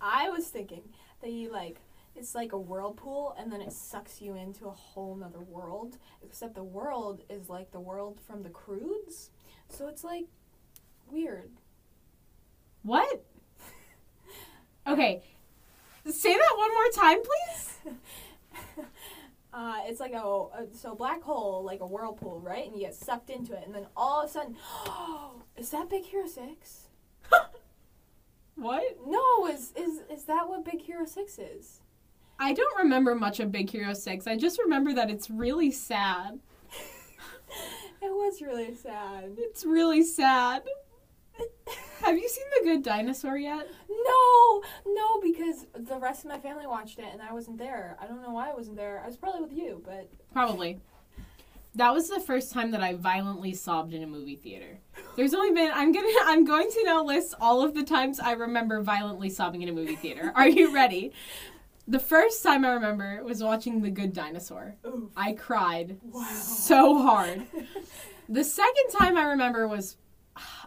[SPEAKER 4] I was thinking that you like it's like a whirlpool and then it sucks you into a whole nother world. Except the world is like the world from the crudes. So it's like weird.
[SPEAKER 7] What? Okay. Say that one more time, please.
[SPEAKER 4] Uh, it's like a, a so black hole, like a whirlpool, right? And you get sucked into it, and then all of a sudden, is that Big Hero Six?
[SPEAKER 7] What?
[SPEAKER 4] No, is is is that what Big Hero Six is?
[SPEAKER 7] I don't remember much of Big Hero 6. I just remember that it's really sad.
[SPEAKER 4] It was really sad.
[SPEAKER 7] It's really sad. Have you seen The Good Dinosaur yet?
[SPEAKER 4] No, no, because the rest of my family watched it and I wasn't there. I don't know why I wasn't there. I was probably with you, but
[SPEAKER 7] Probably. That was the first time that I violently sobbed in a movie theater. There's only been I'm gonna I'm going to now list all of the times I remember violently sobbing in a movie theater. Are you ready? The first time I remember was watching The Good Dinosaur.
[SPEAKER 4] Oof.
[SPEAKER 7] I cried
[SPEAKER 4] Wow.
[SPEAKER 7] so hard. The second time I remember was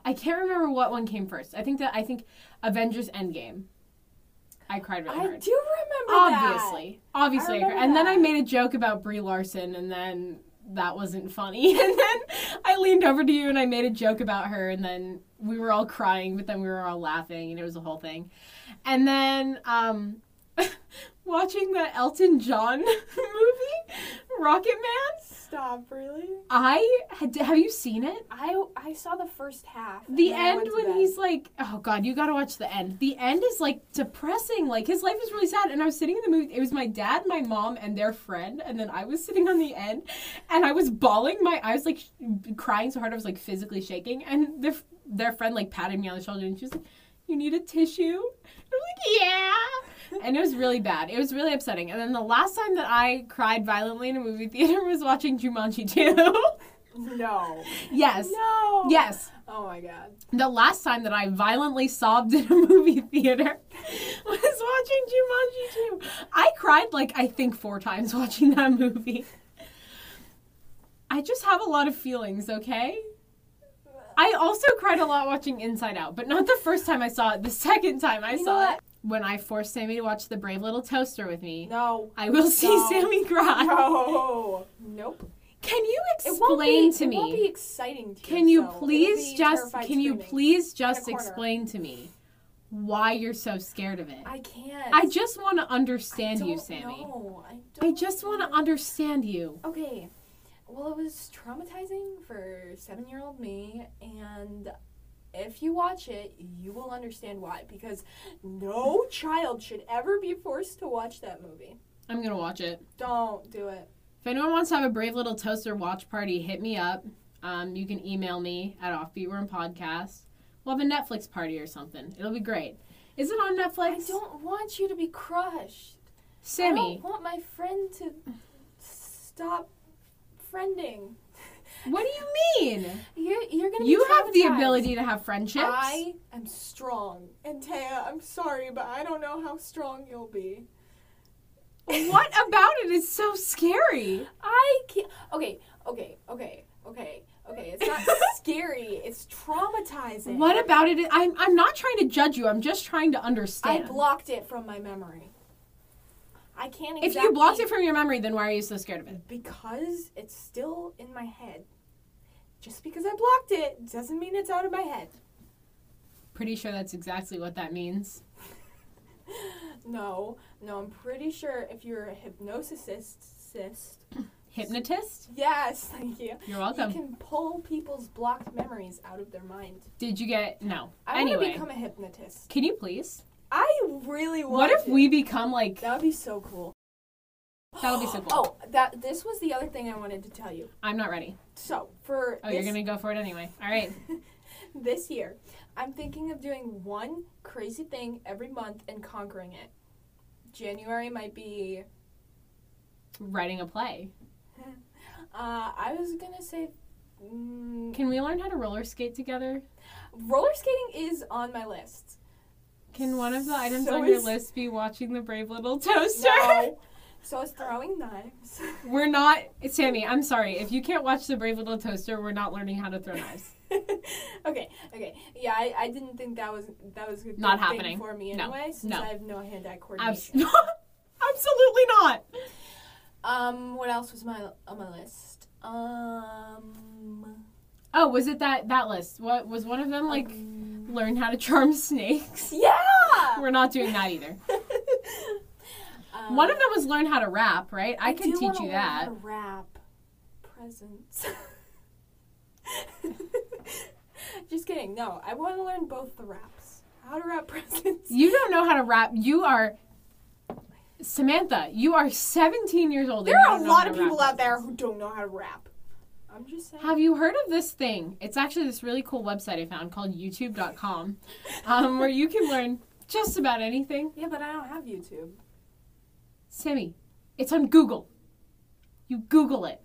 [SPEAKER 7] I can't remember what one came first. I think that I think Avengers Endgame. I cried really
[SPEAKER 4] I
[SPEAKER 7] hard
[SPEAKER 4] do remember
[SPEAKER 7] obviously obviously
[SPEAKER 4] I remember
[SPEAKER 7] and then i
[SPEAKER 4] that.
[SPEAKER 7] made a joke about brie larson and then that wasn't funny and then i leaned over to you and i made a joke about her and then we were all crying but then we were all laughing and it was a whole thing and then um watching the elton john movie rocket man
[SPEAKER 4] that. Stop, really?
[SPEAKER 7] i had have you seen it
[SPEAKER 4] I I saw the first half. and
[SPEAKER 7] the
[SPEAKER 4] then I
[SPEAKER 7] end
[SPEAKER 4] went to
[SPEAKER 7] when
[SPEAKER 4] bed.
[SPEAKER 7] he's like, oh god, you gotta watch the end. The end is like depressing. Like his life is really sad. And I was sitting in the movie. It was my dad, my mom, and their friend. And then I was sitting on the end, and I was bawling. My I was like sh- crying so hard I was like physically shaking. And their their friend like patted me on the shoulder and she was like, you need a tissue. I'm like, yeah. And it was really bad. It was really upsetting. And then the last time that I cried violently in a movie theater was watching Jumanji 2.
[SPEAKER 4] No.
[SPEAKER 7] yes.
[SPEAKER 4] No.
[SPEAKER 7] Yes.
[SPEAKER 4] Oh my god.
[SPEAKER 7] The last time that I violently sobbed in a movie theater was watching Jumanji 2. I cried like I think four times watching that movie. I just have a lot of feelings, okay? I also cried a lot watching Inside Out, but not the first time I saw it, the second time I
[SPEAKER 4] You know
[SPEAKER 7] saw it.
[SPEAKER 4] what?
[SPEAKER 7] When I forced Sammy to watch The Brave Little Toaster with me,
[SPEAKER 4] No.
[SPEAKER 7] I will see
[SPEAKER 4] No.
[SPEAKER 7] Sammy cry.
[SPEAKER 4] No. Nope.
[SPEAKER 7] Can you
[SPEAKER 4] It
[SPEAKER 7] explain
[SPEAKER 4] won't be,
[SPEAKER 7] to
[SPEAKER 4] it
[SPEAKER 7] me?
[SPEAKER 4] Won't be exciting to
[SPEAKER 7] Can you
[SPEAKER 4] yourself. It'll
[SPEAKER 7] please
[SPEAKER 4] be
[SPEAKER 7] just can
[SPEAKER 4] terrified
[SPEAKER 7] you
[SPEAKER 4] screaming.
[SPEAKER 7] please just
[SPEAKER 4] corner.
[SPEAKER 7] explain to me why you're so scared of it? I,
[SPEAKER 4] I can't.
[SPEAKER 7] just want to understand you,
[SPEAKER 4] don't
[SPEAKER 7] Sammy.
[SPEAKER 4] know. I,
[SPEAKER 7] I
[SPEAKER 4] don't
[SPEAKER 7] just want
[SPEAKER 4] know.
[SPEAKER 7] to understand you.
[SPEAKER 4] Okay. Well, it was traumatizing for seven year old me, and if you watch it, you will understand why. Because no child should ever be forced to watch that movie.
[SPEAKER 7] I'm going to watch it.
[SPEAKER 4] Don't do it.
[SPEAKER 7] If anyone wants to have a Brave Little Toaster watch party, hit me up. Um, you can email me at Offbeat Room Podcast. We'll have a Netflix party or something. It'll be great. Is it on
[SPEAKER 4] I
[SPEAKER 7] Netflix?
[SPEAKER 4] don't want you to be crushed. I
[SPEAKER 7] Sammy,
[SPEAKER 4] don't want my friend to stop friending.
[SPEAKER 7] what do you mean?
[SPEAKER 4] You're, you're gonna. be
[SPEAKER 7] You have the
[SPEAKER 4] traumatized.
[SPEAKER 7] ability to have friendships.
[SPEAKER 4] I am strong, and Taya, I'm sorry, but I don't know how strong you'll be.
[SPEAKER 7] What about it is so scary?
[SPEAKER 4] I can't. Okay, okay, okay, okay, okay. It's not scary. It's traumatizing.
[SPEAKER 7] What about it? I'm, I'm not trying to judge you. I'm just trying to
[SPEAKER 4] I
[SPEAKER 7] understand.
[SPEAKER 4] blocked it from my memory. I can't. Exactly
[SPEAKER 7] if you blocked it from your memory, then why are you so scared of it?
[SPEAKER 4] because it's still in my head. Just because I blocked it doesn't mean it's out of my head.
[SPEAKER 7] Pretty sure that's exactly what that means.
[SPEAKER 4] No, no. I'm pretty sure if you're a hypnosisist, cyst,
[SPEAKER 7] Hypnotist?
[SPEAKER 4] yes, thank you. You
[SPEAKER 7] You're welcome.
[SPEAKER 4] can pull people's blocked memories out of their mind.
[SPEAKER 7] Did you get. No.
[SPEAKER 4] I
[SPEAKER 7] anyway,
[SPEAKER 4] want to become a hypnotist.
[SPEAKER 7] can you please?
[SPEAKER 4] I really want.
[SPEAKER 7] What if
[SPEAKER 4] to.
[SPEAKER 7] we become like
[SPEAKER 4] That would be so cool.
[SPEAKER 7] That'll be so cool.
[SPEAKER 4] Oh, that this was the other thing I wanted to tell you.
[SPEAKER 7] I'm not ready.
[SPEAKER 4] So for
[SPEAKER 7] Oh,
[SPEAKER 4] this,
[SPEAKER 7] you're gonna go for it anyway. All right.
[SPEAKER 4] this year, I'm thinking of doing one crazy thing every month and conquering it. January might be.
[SPEAKER 7] Writing a play.
[SPEAKER 4] Uh, I was gonna say. Mm,
[SPEAKER 7] Can we learn how to roller skate together?
[SPEAKER 4] roller skating is on my list.
[SPEAKER 7] Can one of the items
[SPEAKER 4] So
[SPEAKER 7] on your
[SPEAKER 4] is-
[SPEAKER 7] list be watching the Brave Little Toaster?
[SPEAKER 4] No. So it's throwing knives.
[SPEAKER 7] We're not, Sammy. I'm sorry. If you can't watch the Brave Little Toaster, we're not learning how to throw knives.
[SPEAKER 4] okay, okay. Yeah, I, I didn't think that was that was a good
[SPEAKER 7] Not
[SPEAKER 4] thing
[SPEAKER 7] happening.
[SPEAKER 4] for me
[SPEAKER 7] No,
[SPEAKER 4] anyway, since
[SPEAKER 7] no.
[SPEAKER 4] I have no hand-eye
[SPEAKER 7] Abs-
[SPEAKER 4] coordination.
[SPEAKER 7] Absolutely not.
[SPEAKER 4] um, what else was my on my list? Um,
[SPEAKER 7] Oh, was it that that list? What was one of them like?
[SPEAKER 4] Um,
[SPEAKER 7] learn how to charm snakes.
[SPEAKER 4] yeah.
[SPEAKER 7] We're not doing that either.
[SPEAKER 4] Um,
[SPEAKER 7] One of them was learn how to rap, right? I,
[SPEAKER 4] do
[SPEAKER 7] can
[SPEAKER 4] wanna
[SPEAKER 7] teach you
[SPEAKER 4] learn how
[SPEAKER 7] that.
[SPEAKER 4] to Rap presents. Just kidding. No, I want to learn both the raps. How to rap presents.
[SPEAKER 7] You don't know how to rap. You are Samantha. You are 17 years old. and
[SPEAKER 4] There
[SPEAKER 7] you
[SPEAKER 4] are
[SPEAKER 7] don't
[SPEAKER 4] a
[SPEAKER 7] know
[SPEAKER 4] lot
[SPEAKER 7] how
[SPEAKER 4] of
[SPEAKER 7] to rap
[SPEAKER 4] people out there
[SPEAKER 7] lessons.
[SPEAKER 4] who don't know how to rap. I'm just saying.
[SPEAKER 7] Have you heard of this thing? It's actually this really cool website I found called YouTube.com, um, where you can learn just about anything.
[SPEAKER 4] Yeah, but I don't have YouTube.
[SPEAKER 7] Sammy, it's on Google. You Google it.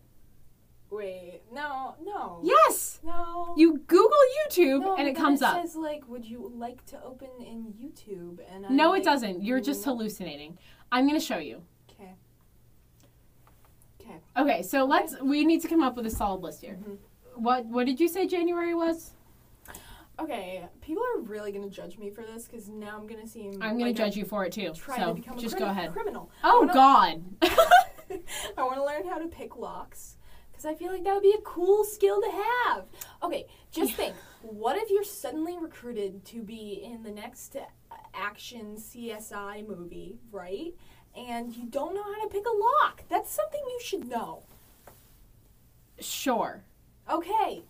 [SPEAKER 4] Wait, no, no.
[SPEAKER 7] Yes,
[SPEAKER 4] No.
[SPEAKER 7] you Google YouTube,
[SPEAKER 4] no,
[SPEAKER 7] and
[SPEAKER 4] but then
[SPEAKER 7] it comes
[SPEAKER 4] it
[SPEAKER 7] up.
[SPEAKER 4] says like, would you like to open in YouTube? And I'm
[SPEAKER 7] No,
[SPEAKER 4] like,
[SPEAKER 7] it doesn't. You're just
[SPEAKER 4] no.
[SPEAKER 7] hallucinating. I'm gonna show you.
[SPEAKER 4] Okay. Okay.
[SPEAKER 7] Okay, so let's. We need to come up with a solid list here.
[SPEAKER 4] Mm-hmm.
[SPEAKER 7] What What did you say January was?
[SPEAKER 4] Okay. People are really gonna judge me for this because now I'm gonna seem.
[SPEAKER 7] I'm gonna
[SPEAKER 4] Mm-hmm. like
[SPEAKER 7] judge you for it too.
[SPEAKER 4] Trying
[SPEAKER 7] So
[SPEAKER 4] to become
[SPEAKER 7] just
[SPEAKER 4] a
[SPEAKER 7] go
[SPEAKER 4] crim-
[SPEAKER 7] ahead.
[SPEAKER 4] criminal.
[SPEAKER 7] Oh
[SPEAKER 4] wanna-
[SPEAKER 7] God.
[SPEAKER 4] I want to learn how to pick locks because I feel like that would be a cool skill to have. Okay, just think what if you're suddenly recruited to be in the next uh, action CSI movie, right? And you don't know how to pick a lock. That's something you should know.
[SPEAKER 7] sure.
[SPEAKER 4] Okay.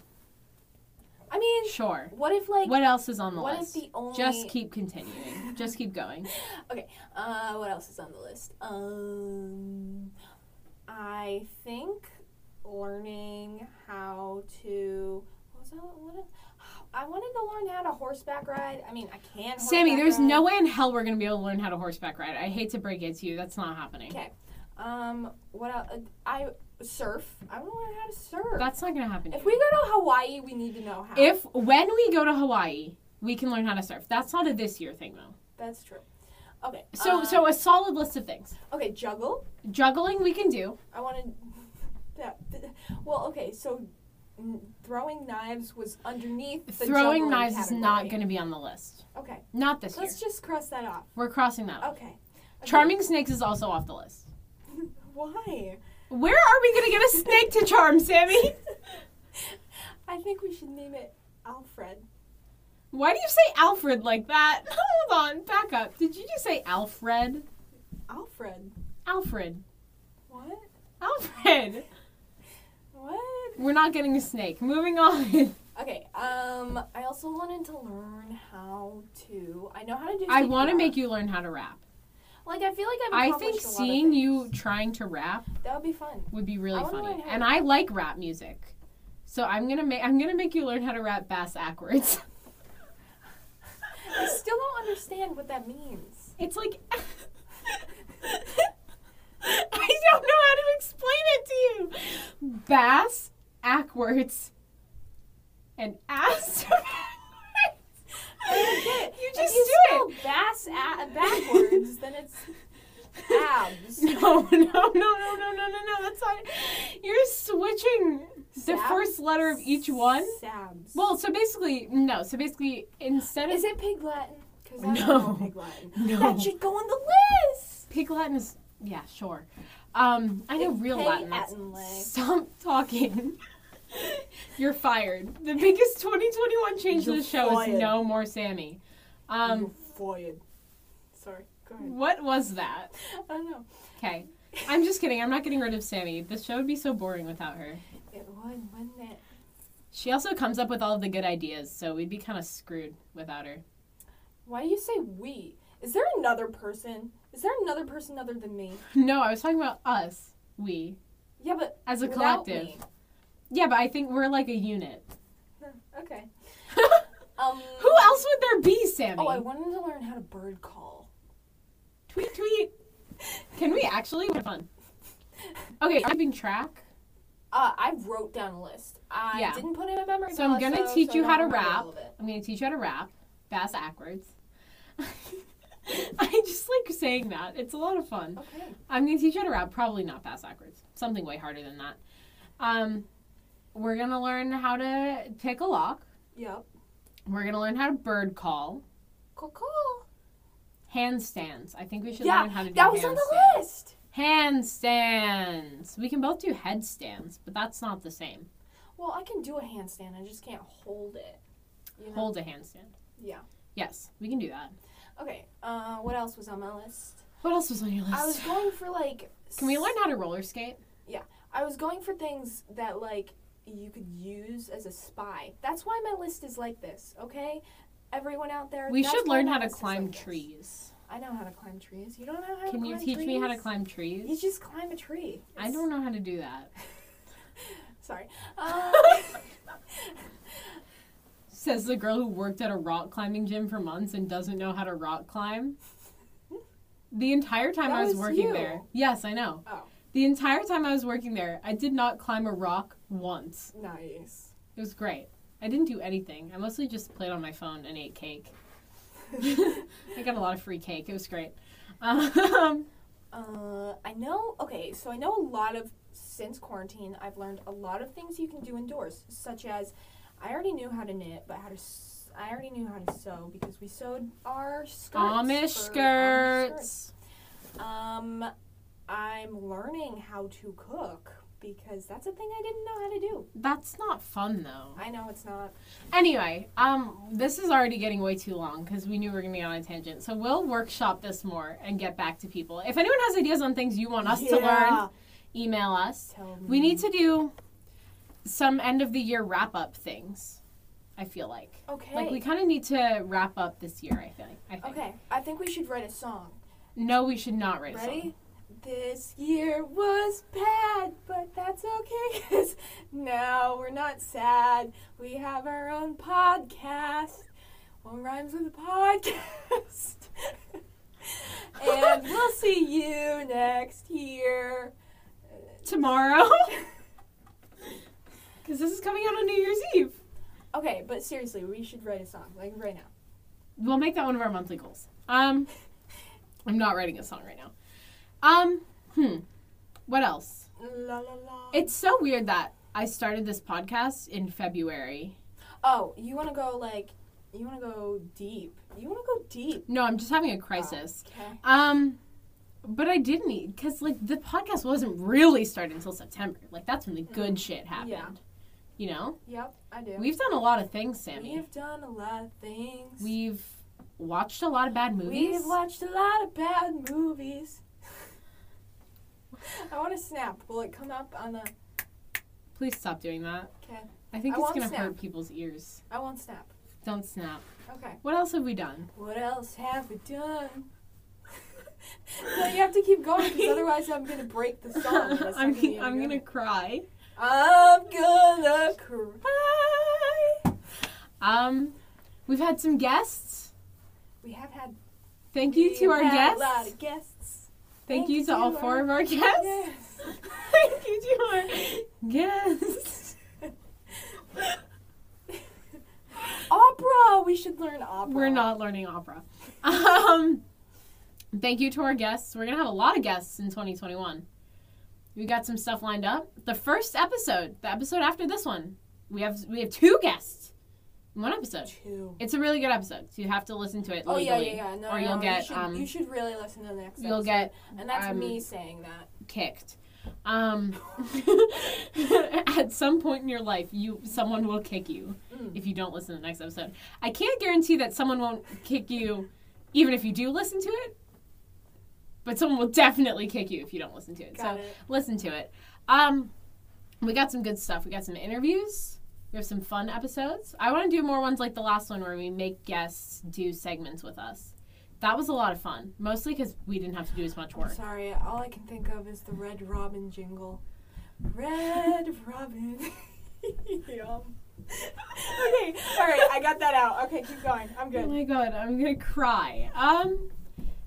[SPEAKER 4] I mean,
[SPEAKER 7] Sure.
[SPEAKER 4] what if, like,
[SPEAKER 7] What else is on the
[SPEAKER 4] what if
[SPEAKER 7] list?
[SPEAKER 4] the only-
[SPEAKER 7] Just keep continuing. just keep going.
[SPEAKER 4] Okay. Uh, what else is on the list? Um, I think learning how to. What was that? What else? I wanted to learn how to horseback ride. I mean, I can.
[SPEAKER 7] Sammy,
[SPEAKER 4] horseback
[SPEAKER 7] there's
[SPEAKER 4] ride.
[SPEAKER 7] no way in hell we're gonna be able to learn how to horseback ride. I hate to break it to you, that's not happening.
[SPEAKER 4] Okay. Um, what else? I surf. I want to learn how to surf.
[SPEAKER 7] That's not gonna happen.
[SPEAKER 4] if we go to Hawaii, we need to know how.
[SPEAKER 7] if when we go to Hawaii, we can learn how to surf. That's not a this year thing though.
[SPEAKER 4] that's true. Okay.
[SPEAKER 7] So
[SPEAKER 4] um,
[SPEAKER 7] so a solid list of things.
[SPEAKER 4] okay, juggle.
[SPEAKER 7] Juggling we can do.
[SPEAKER 4] I wanted that. th- Well, okay, so n- throwing knives was underneath. The
[SPEAKER 7] Throwing
[SPEAKER 4] juggling
[SPEAKER 7] knives is not
[SPEAKER 4] category.
[SPEAKER 7] going to be on the list.
[SPEAKER 4] Okay,
[SPEAKER 7] Not this year.
[SPEAKER 4] let's just cross that off.
[SPEAKER 7] We're crossing that. off.
[SPEAKER 4] Okay. Okay,
[SPEAKER 7] Charming snakes is also off the list.
[SPEAKER 4] Why?
[SPEAKER 7] Where are we going to get a snake to charm, Sammy?
[SPEAKER 4] I think we should name it Alfred.
[SPEAKER 7] Why do you say Alfred like that? Hold on, back up. Did you just say Alfred?
[SPEAKER 4] Alfred.
[SPEAKER 7] Alfred.
[SPEAKER 4] What?
[SPEAKER 7] Alfred.
[SPEAKER 4] What?
[SPEAKER 7] We're not getting a snake. Moving on.
[SPEAKER 4] Okay. Um, I also wanted to learn how to. I know how to do.
[SPEAKER 7] I want to
[SPEAKER 4] CPR.
[SPEAKER 7] make you learn how to rap.
[SPEAKER 4] Like I feel like I've.
[SPEAKER 7] I
[SPEAKER 4] accomplished
[SPEAKER 7] think
[SPEAKER 4] a lot of
[SPEAKER 7] seeing you
[SPEAKER 4] things.
[SPEAKER 7] trying to rap
[SPEAKER 4] That would be fun.
[SPEAKER 7] would be really
[SPEAKER 4] I wanna
[SPEAKER 7] funny.
[SPEAKER 4] learn how to
[SPEAKER 7] And I like rap music. So I'm going to make I'm going to make you learn how to rap bass backwards.
[SPEAKER 4] I still don't understand what that means.
[SPEAKER 7] It's like I don't know how to explain it to you. Bass ackwards and ass.
[SPEAKER 4] Okay,
[SPEAKER 7] you
[SPEAKER 4] if
[SPEAKER 7] just
[SPEAKER 4] you
[SPEAKER 7] do
[SPEAKER 4] spell Bass a- backwards, then it's abs.
[SPEAKER 7] it. No, no, no, no, no, no, no, no. That's not. You're switching the
[SPEAKER 4] Sab-
[SPEAKER 7] first letter of each one.
[SPEAKER 4] Sabs.
[SPEAKER 7] Well, so basically, no. So basically, instead of
[SPEAKER 4] is it pig Latin? Because I
[SPEAKER 7] No.
[SPEAKER 4] don't know pig Latin.
[SPEAKER 7] No.
[SPEAKER 4] That should go on the list.
[SPEAKER 7] Pig Latin is yeah, sure. Um, I know
[SPEAKER 4] It's
[SPEAKER 7] real
[SPEAKER 4] pay
[SPEAKER 7] Latin. that's-
[SPEAKER 4] at and lay.
[SPEAKER 7] Stop talking. You're fired. The biggest 2021 change to
[SPEAKER 4] You're
[SPEAKER 7] the show
[SPEAKER 4] fired.
[SPEAKER 7] is no more Sammy.
[SPEAKER 4] You're
[SPEAKER 7] Um,
[SPEAKER 4] fired. Sorry. Go ahead.
[SPEAKER 7] what was that?
[SPEAKER 4] I don't know.
[SPEAKER 7] Okay, I'm just kidding. I'm not getting rid of Sammy. This show would be so boring without her.
[SPEAKER 4] It was wouldn't it?
[SPEAKER 7] She also comes up with all of the good ideas, so we'd be kind of screwed without her.
[SPEAKER 4] Why do you say we? Is there another person? Is there another person other than me?
[SPEAKER 7] No, I was talking about us. We.
[SPEAKER 4] Yeah, but
[SPEAKER 7] As a
[SPEAKER 4] without
[SPEAKER 7] collective.
[SPEAKER 4] me.
[SPEAKER 7] Yeah, but I think we're like a unit.
[SPEAKER 4] Okay. um,
[SPEAKER 7] Who else would there be, Sammy?
[SPEAKER 4] Oh, I wanted to learn how to bird call.
[SPEAKER 7] tweet, tweet. Can we actually? Have fun. Okay, are we keeping track?
[SPEAKER 4] Uh, I wrote down a list. I
[SPEAKER 7] Yeah.
[SPEAKER 4] didn't put it in my memory.
[SPEAKER 7] So I'm
[SPEAKER 4] palace,
[SPEAKER 7] gonna
[SPEAKER 4] though,
[SPEAKER 7] teach
[SPEAKER 4] so
[SPEAKER 7] you
[SPEAKER 4] I
[SPEAKER 7] how to
[SPEAKER 4] don't remember
[SPEAKER 7] rap.
[SPEAKER 4] all of it.
[SPEAKER 7] I'm gonna teach you how to rap. Bass backwards. I just like saying that. It's a lot of fun.
[SPEAKER 4] Okay.
[SPEAKER 7] I'm gonna teach you how to rap. Probably not bass backwards. Something way harder than that. Um, we're gonna learn how to pick a lock.
[SPEAKER 4] Yep.
[SPEAKER 7] We're gonna learn how to bird call.
[SPEAKER 4] Cool,
[SPEAKER 7] Handstands. I think we should
[SPEAKER 4] Yeah,
[SPEAKER 7] learn how to do
[SPEAKER 4] that was on
[SPEAKER 7] handstands.
[SPEAKER 4] the list.
[SPEAKER 7] Handstands. We can both do headstands, but that's not the same.
[SPEAKER 4] Well, I can do a handstand. I just can't hold it. You know?
[SPEAKER 7] Hold a handstand.
[SPEAKER 4] Yeah.
[SPEAKER 7] Yes, we can do that.
[SPEAKER 4] Okay. Uh, what else was on my list?
[SPEAKER 7] What else was on your list?
[SPEAKER 4] I was going for like.
[SPEAKER 7] Can we
[SPEAKER 4] s-
[SPEAKER 7] learn how to roller skate?
[SPEAKER 4] I was going for things that like you could use as a spy. That's why my list is like this. Okay. Everyone out there.
[SPEAKER 7] We
[SPEAKER 4] that's
[SPEAKER 7] should
[SPEAKER 4] why
[SPEAKER 7] learn
[SPEAKER 4] my
[SPEAKER 7] how to
[SPEAKER 4] list is
[SPEAKER 7] climb
[SPEAKER 4] like this.
[SPEAKER 7] trees.
[SPEAKER 4] I know how to climb trees. You don't know how to
[SPEAKER 7] Can
[SPEAKER 4] climb
[SPEAKER 7] you
[SPEAKER 4] trees.
[SPEAKER 7] teach me how to climb
[SPEAKER 4] You
[SPEAKER 7] trees?
[SPEAKER 4] just climb a tree.
[SPEAKER 7] I don't know how to do that.
[SPEAKER 4] Sorry. Um,
[SPEAKER 7] Says the girl who worked at a rock climbing gym for months and doesn't know how to rock climb. The entire time
[SPEAKER 4] That
[SPEAKER 7] I was,
[SPEAKER 4] was
[SPEAKER 7] working
[SPEAKER 4] you.
[SPEAKER 7] there. Yes, I know.
[SPEAKER 4] Oh.
[SPEAKER 7] The entire time I was working there, I did not climb a rock once.
[SPEAKER 4] nice.
[SPEAKER 7] It was great. I didn't do anything. I mostly just played on my phone and ate cake. I got a lot of free cake. It was great. Um,
[SPEAKER 4] Uh, I know. Okay, so I know a lot of since quarantine. I've learned a lot of things you can do indoors, such as I already knew how to knit, but how to. S- I already knew how to sew because we sewed our skirts.
[SPEAKER 7] Amish
[SPEAKER 4] for Amish
[SPEAKER 7] skirts.
[SPEAKER 4] skirts. Um, I'm learning how to cook because that's a thing I didn't know how to do.
[SPEAKER 7] That's not fun though.
[SPEAKER 4] I know it's not.
[SPEAKER 7] Anyway, um, this is already getting way too long because we knew we were gonna be on a tangent. So we'll workshop this more and get back to people. If anyone has ideas on things you want us to learn,
[SPEAKER 4] Yeah.
[SPEAKER 7] email us.
[SPEAKER 4] Tell me.
[SPEAKER 7] We need to do some end of the year wrap up things. I feel like.
[SPEAKER 4] Okay.
[SPEAKER 7] Like we kind of need to wrap up this year. I feel like. I think.
[SPEAKER 4] okay. I think we should write a song.
[SPEAKER 7] No, we should not write a song.
[SPEAKER 4] Ready? This year was bad, but that's okay 'cause now we're not sad. We have our own podcast. One rhymes with podcast. and we'll see you next year.
[SPEAKER 7] Tomorrow. Because this is coming out on New Year's Eve.
[SPEAKER 4] Okay, but seriously, we should write a song like right now.
[SPEAKER 7] We'll make that one of our monthly goals. Um, I'm not writing a song right now. Um, hmm. What else?
[SPEAKER 4] La la la.
[SPEAKER 7] It's so weird that I started this podcast in February.
[SPEAKER 4] oh, you want to go like you want to go deep. You want to go deep.
[SPEAKER 7] No, I'm just having a crisis.
[SPEAKER 4] Okay.
[SPEAKER 7] Um, but I didn't because like the podcast wasn't really started until September. Like that's when the good shit happened.
[SPEAKER 4] Mm. Yeah.
[SPEAKER 7] You know,
[SPEAKER 4] Yep, I do.
[SPEAKER 7] we've done a lot of things, Sammy.
[SPEAKER 4] We've done a lot of things.
[SPEAKER 7] We've watched a lot of bad movies.
[SPEAKER 4] We've watched a lot of bad movies. I want to snap. Will it come up on the?
[SPEAKER 7] Please stop doing that.
[SPEAKER 4] Okay,
[SPEAKER 7] I think
[SPEAKER 4] I
[SPEAKER 7] it's
[SPEAKER 4] won't
[SPEAKER 7] gonna
[SPEAKER 4] snap.
[SPEAKER 7] hurt people's ears.
[SPEAKER 4] I won't snap.
[SPEAKER 7] Don't snap.
[SPEAKER 4] Okay.
[SPEAKER 7] What else have we done?
[SPEAKER 4] What else have we done? no, you have to keep going because otherwise I'm gonna break the song. by the
[SPEAKER 7] I'm,
[SPEAKER 4] second you
[SPEAKER 7] I'm
[SPEAKER 4] go.
[SPEAKER 7] gonna cry.
[SPEAKER 4] I'm gonna cry.
[SPEAKER 7] Um, we've had some guests.
[SPEAKER 4] We have had.
[SPEAKER 7] Thank you to
[SPEAKER 4] we've
[SPEAKER 7] our
[SPEAKER 4] had
[SPEAKER 7] guests.
[SPEAKER 4] A lot of guests.
[SPEAKER 7] Thank you to all four of our guests.
[SPEAKER 4] guests.
[SPEAKER 7] Thank you to our guests.
[SPEAKER 4] Opera. We should learn opera.
[SPEAKER 7] We're not learning opera. Um, thank you to our guests. We're gonna have a lot of guests in 2021. We got some stuff lined up. The first episode, the episode after this one, we have we have two guests in one episode.
[SPEAKER 4] Two.
[SPEAKER 7] It's a really good episode, so you have to listen to it.
[SPEAKER 4] Oh yeah,
[SPEAKER 7] legally.
[SPEAKER 4] yeah, yeah. No,
[SPEAKER 7] or
[SPEAKER 4] no,
[SPEAKER 7] you'll
[SPEAKER 4] you
[SPEAKER 7] get,
[SPEAKER 4] should,
[SPEAKER 7] um,
[SPEAKER 4] you should really listen to the next.
[SPEAKER 7] You'll
[SPEAKER 4] episode.
[SPEAKER 7] get
[SPEAKER 4] and that's
[SPEAKER 7] um,
[SPEAKER 4] me saying that.
[SPEAKER 7] kicked. Um, at some point in your life, you someone will kick you
[SPEAKER 4] Mm.
[SPEAKER 7] if you don't listen to the next episode. I can't guarantee that someone won't kick you, even if you do listen to it. But someone will definitely kick you if you don't listen to it.
[SPEAKER 4] Got
[SPEAKER 7] so
[SPEAKER 4] it.
[SPEAKER 7] listen to it. Um, we got some good stuff. We got some interviews. We have some fun episodes. I want to do more ones like the last one where we make guests do segments with us. That was a lot of fun, mostly because we didn't have to do as much work.
[SPEAKER 4] Sorry, all I can think of is the Red Robin jingle. Red Robin. Yum. okay, all right, I got that out. Okay, keep going. I'm
[SPEAKER 7] Oh
[SPEAKER 4] good.
[SPEAKER 7] my god, I'm gonna cry. Um,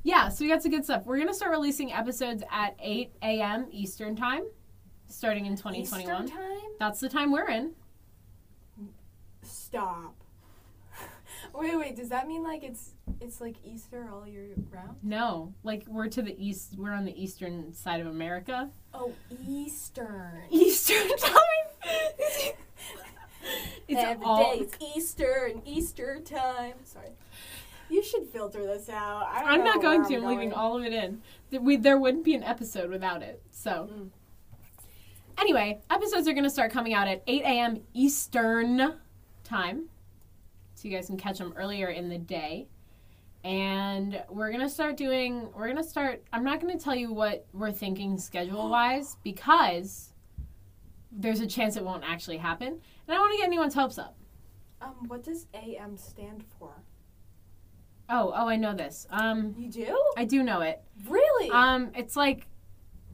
[SPEAKER 7] yeah, so we got some good stuff. We're gonna start releasing episodes at 8 a.m. Eastern time, starting in 2021.
[SPEAKER 4] Easter time?
[SPEAKER 7] That's the time we're in.
[SPEAKER 4] Stop. wait, wait. Does that mean like it's it's like Easter all year round?
[SPEAKER 7] No, like we're to the east. We're on the eastern side of America.
[SPEAKER 4] Oh, Eastern.
[SPEAKER 7] Eastern time. it's
[SPEAKER 4] Every
[SPEAKER 7] all.
[SPEAKER 4] day it's Easter and Easter time. Sorry. You should filter this out. I don't
[SPEAKER 7] I'm
[SPEAKER 4] know
[SPEAKER 7] not
[SPEAKER 4] where
[SPEAKER 7] going to.
[SPEAKER 4] I'm
[SPEAKER 7] I'm leaving
[SPEAKER 4] going.
[SPEAKER 7] all of it in. Th- We, there wouldn't be an episode without it. So.
[SPEAKER 4] Mm.
[SPEAKER 7] Anyway, episodes are going to start coming out at 8 a.m. Eastern time. So you guys can catch them earlier in the day. And we're going to start doing, we're going to start, I'm not going to tell you what we're thinking schedule wise because there's a chance it won't actually happen. And I don't want to get anyone's hopes up.
[SPEAKER 4] Um, what does AM stand for?
[SPEAKER 7] Oh, oh, I know this. Um,
[SPEAKER 4] You do?
[SPEAKER 7] I do know it.
[SPEAKER 4] Really?
[SPEAKER 7] Um, it's like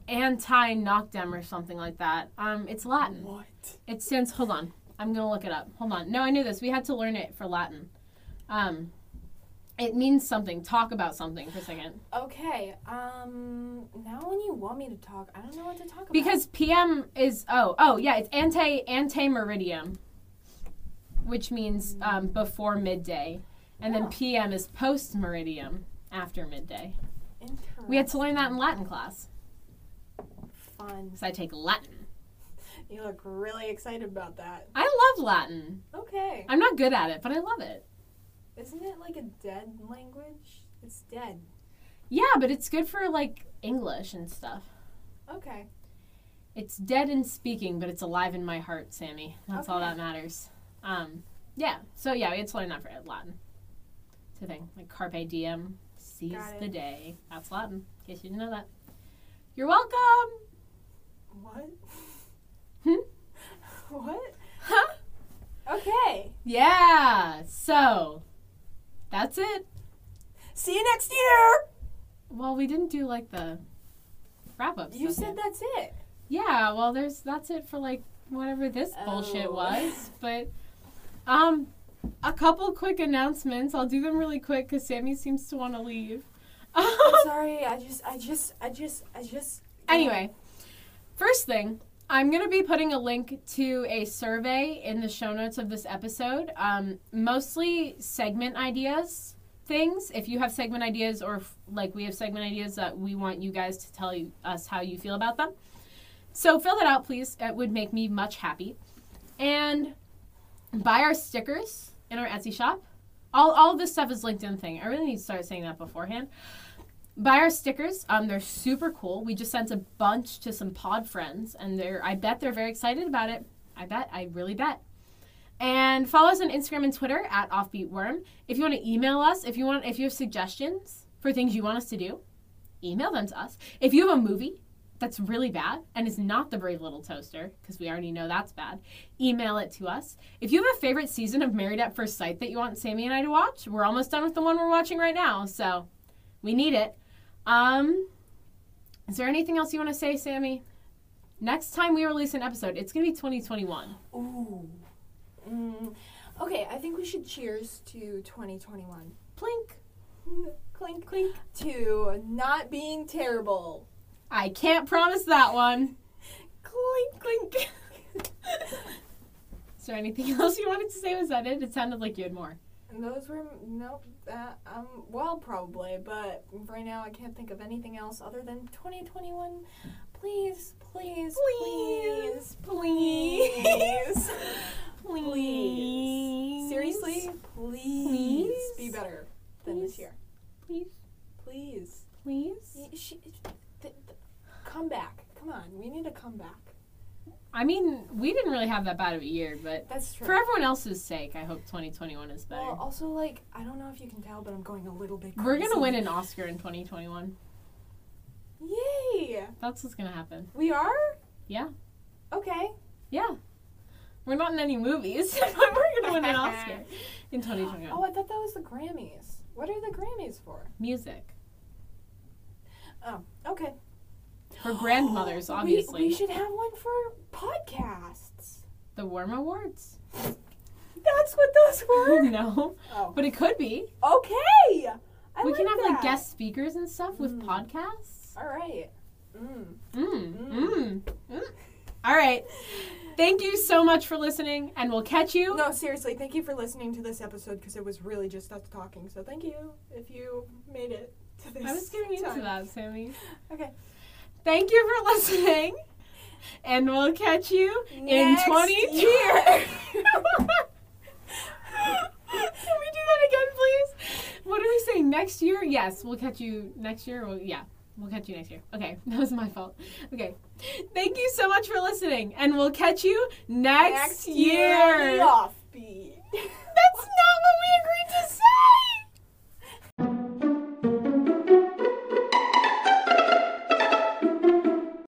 [SPEAKER 7] anti noctem or something like that. Um, it's Latin.
[SPEAKER 4] what?
[SPEAKER 7] It stands. Hold on, I'm gonna look it up. Hold on. No, I knew this. We had to learn it for Latin. Um, it means something. Talk about something for a second.
[SPEAKER 4] Okay. Um, now when you want me to talk, I don't know what to talk about.
[SPEAKER 7] Because PM is oh oh yeah, it's anti anti meridium, which means um, before midday, and then
[SPEAKER 4] Oh.
[SPEAKER 7] PM is post meridium after midday.
[SPEAKER 4] Interesting.
[SPEAKER 7] We had to learn that in Latin class
[SPEAKER 4] fun.
[SPEAKER 7] because I take Latin.
[SPEAKER 4] You look really excited about that.
[SPEAKER 7] I love Latin.
[SPEAKER 4] Okay.
[SPEAKER 7] I'm not good at it, but I love it.
[SPEAKER 4] Isn't it like a dead language? It's dead.
[SPEAKER 7] Yeah, but it's good for like English and stuff.
[SPEAKER 4] Okay.
[SPEAKER 7] It's dead in speaking, but it's alive in my heart, Sammy. That's all
[SPEAKER 4] Okay.
[SPEAKER 7] that matters. Um, yeah. So yeah, we had to learn that for Latin. It's a thing like carpe diem, seize
[SPEAKER 4] Got
[SPEAKER 7] the
[SPEAKER 4] it.
[SPEAKER 7] day. That's Latin. In case you didn't know that. You're welcome.
[SPEAKER 4] What?
[SPEAKER 7] Hmm?
[SPEAKER 4] What?
[SPEAKER 7] Huh?
[SPEAKER 4] Okay.
[SPEAKER 7] Yeah. So that's it.
[SPEAKER 4] See you next year.
[SPEAKER 7] Well, we didn't do like the wrap up.
[SPEAKER 4] You said that's it.
[SPEAKER 7] Yeah, well, there's that's it for like whatever this bullshit
[SPEAKER 4] Oh.
[SPEAKER 7] was. But um, a couple quick announcements. I'll do them really quick because Sammy seems to want to leave. Um,
[SPEAKER 4] I'm sorry. I just, I just, I just, I just.
[SPEAKER 7] anyway, first thing, I'm going to be putting a link to a survey in the show notes of this episode. Um, mostly segment ideas, things. If you have segment ideas, or if, like we have segment ideas that we want you guys to tell you, us how you feel about them. So fill that out, please. It would make me much happy. And buy our stickers in our Etsy shop. All, all of this stuff is LinkedIn thing. I really need to start saying that beforehand buy our stickers. Um, they're super cool. We just sent a bunch to some pod friends, and they're I bet they're very excited about it. I bet I really bet. And follow us on Instagram and Twitter at Offbeat Worm. If you want to email us, if you want, if you have suggestions for things you want us to do, email them to us. If you have a movie that's really bad and is not The Brave Little Toaster, because we already know that's bad, email it to us. If you have a favorite season of Married at First Sight that you want Sammy and I to watch, we're almost done with the one we're watching right now, so we need it. Um, is there anything else you want to say, Sammy? Next time we release an episode, it's gonna be 2021.
[SPEAKER 4] Ooh. Mm. Okay, I think we should cheers to 2021.
[SPEAKER 7] Plink.
[SPEAKER 4] clink, clink. To not being terrible.
[SPEAKER 7] I can't promise that one.
[SPEAKER 4] Clink, clink.
[SPEAKER 7] Is there anything else you wanted to say? Was that it? It sounded like you had more.
[SPEAKER 4] and those were nope. Uh, um, well, probably, but right now I can't think of anything else other than 2021. Please, please, please, please, please. Seriously, please, be
[SPEAKER 7] Please.
[SPEAKER 4] better than this
[SPEAKER 7] Please.
[SPEAKER 4] year.
[SPEAKER 7] Please,
[SPEAKER 4] Please.
[SPEAKER 7] please.
[SPEAKER 4] Y- She, th- th- come back. Come on. We need a comeback.
[SPEAKER 7] I mean, we didn't really have that bad of a year, but
[SPEAKER 4] That's true.
[SPEAKER 7] for everyone else's sake, I hope 2021 is better.
[SPEAKER 4] well, also, like, I don't know if you can tell, but I'm going a little bit crazy.
[SPEAKER 7] We're gonna win an Oscar in 2021.
[SPEAKER 4] Yay!
[SPEAKER 7] That's what's gonna happen.
[SPEAKER 4] We are?
[SPEAKER 7] Yeah.
[SPEAKER 4] Okay.
[SPEAKER 7] Yeah. We're not in any movies, but we're going to win an Oscar in 2021.
[SPEAKER 4] Oh, I thought that was the Grammys. What are the Grammys for?
[SPEAKER 7] Music.
[SPEAKER 4] Oh, okay.
[SPEAKER 7] For grandmothers,
[SPEAKER 4] We-
[SPEAKER 7] obviously.
[SPEAKER 4] We, should have one for podcasts.
[SPEAKER 7] The Worm Awards?
[SPEAKER 4] That's what those were.
[SPEAKER 7] no.
[SPEAKER 4] oh.
[SPEAKER 7] But it could be.
[SPEAKER 4] Okay. I
[SPEAKER 7] we
[SPEAKER 4] like
[SPEAKER 7] can have
[SPEAKER 4] that. Mm.
[SPEAKER 7] like guest speakers and stuff with podcasts.
[SPEAKER 4] All right. Mm.
[SPEAKER 7] Mm, mm, mm. All right. Thank you so much for listening, and we'll catch you.
[SPEAKER 4] No, seriously, thank you for listening to this episode because it was really just us talking. So thank you if you made it to this.
[SPEAKER 7] I was getting into
[SPEAKER 4] time.
[SPEAKER 7] that, Sammy.
[SPEAKER 4] Okay.
[SPEAKER 7] Thank you for listening, and we'll catch you
[SPEAKER 4] Next
[SPEAKER 7] in 20
[SPEAKER 4] year.
[SPEAKER 7] Can we do that again, please? What do we say? Next year? Yes, we'll catch you next year. Well, yeah, we'll catch you next year. Okay, that was my fault. Okay. Thank you so much for listening, and we'll catch you next,
[SPEAKER 4] Next year, the offbeat.
[SPEAKER 7] That's not what we agreed to say!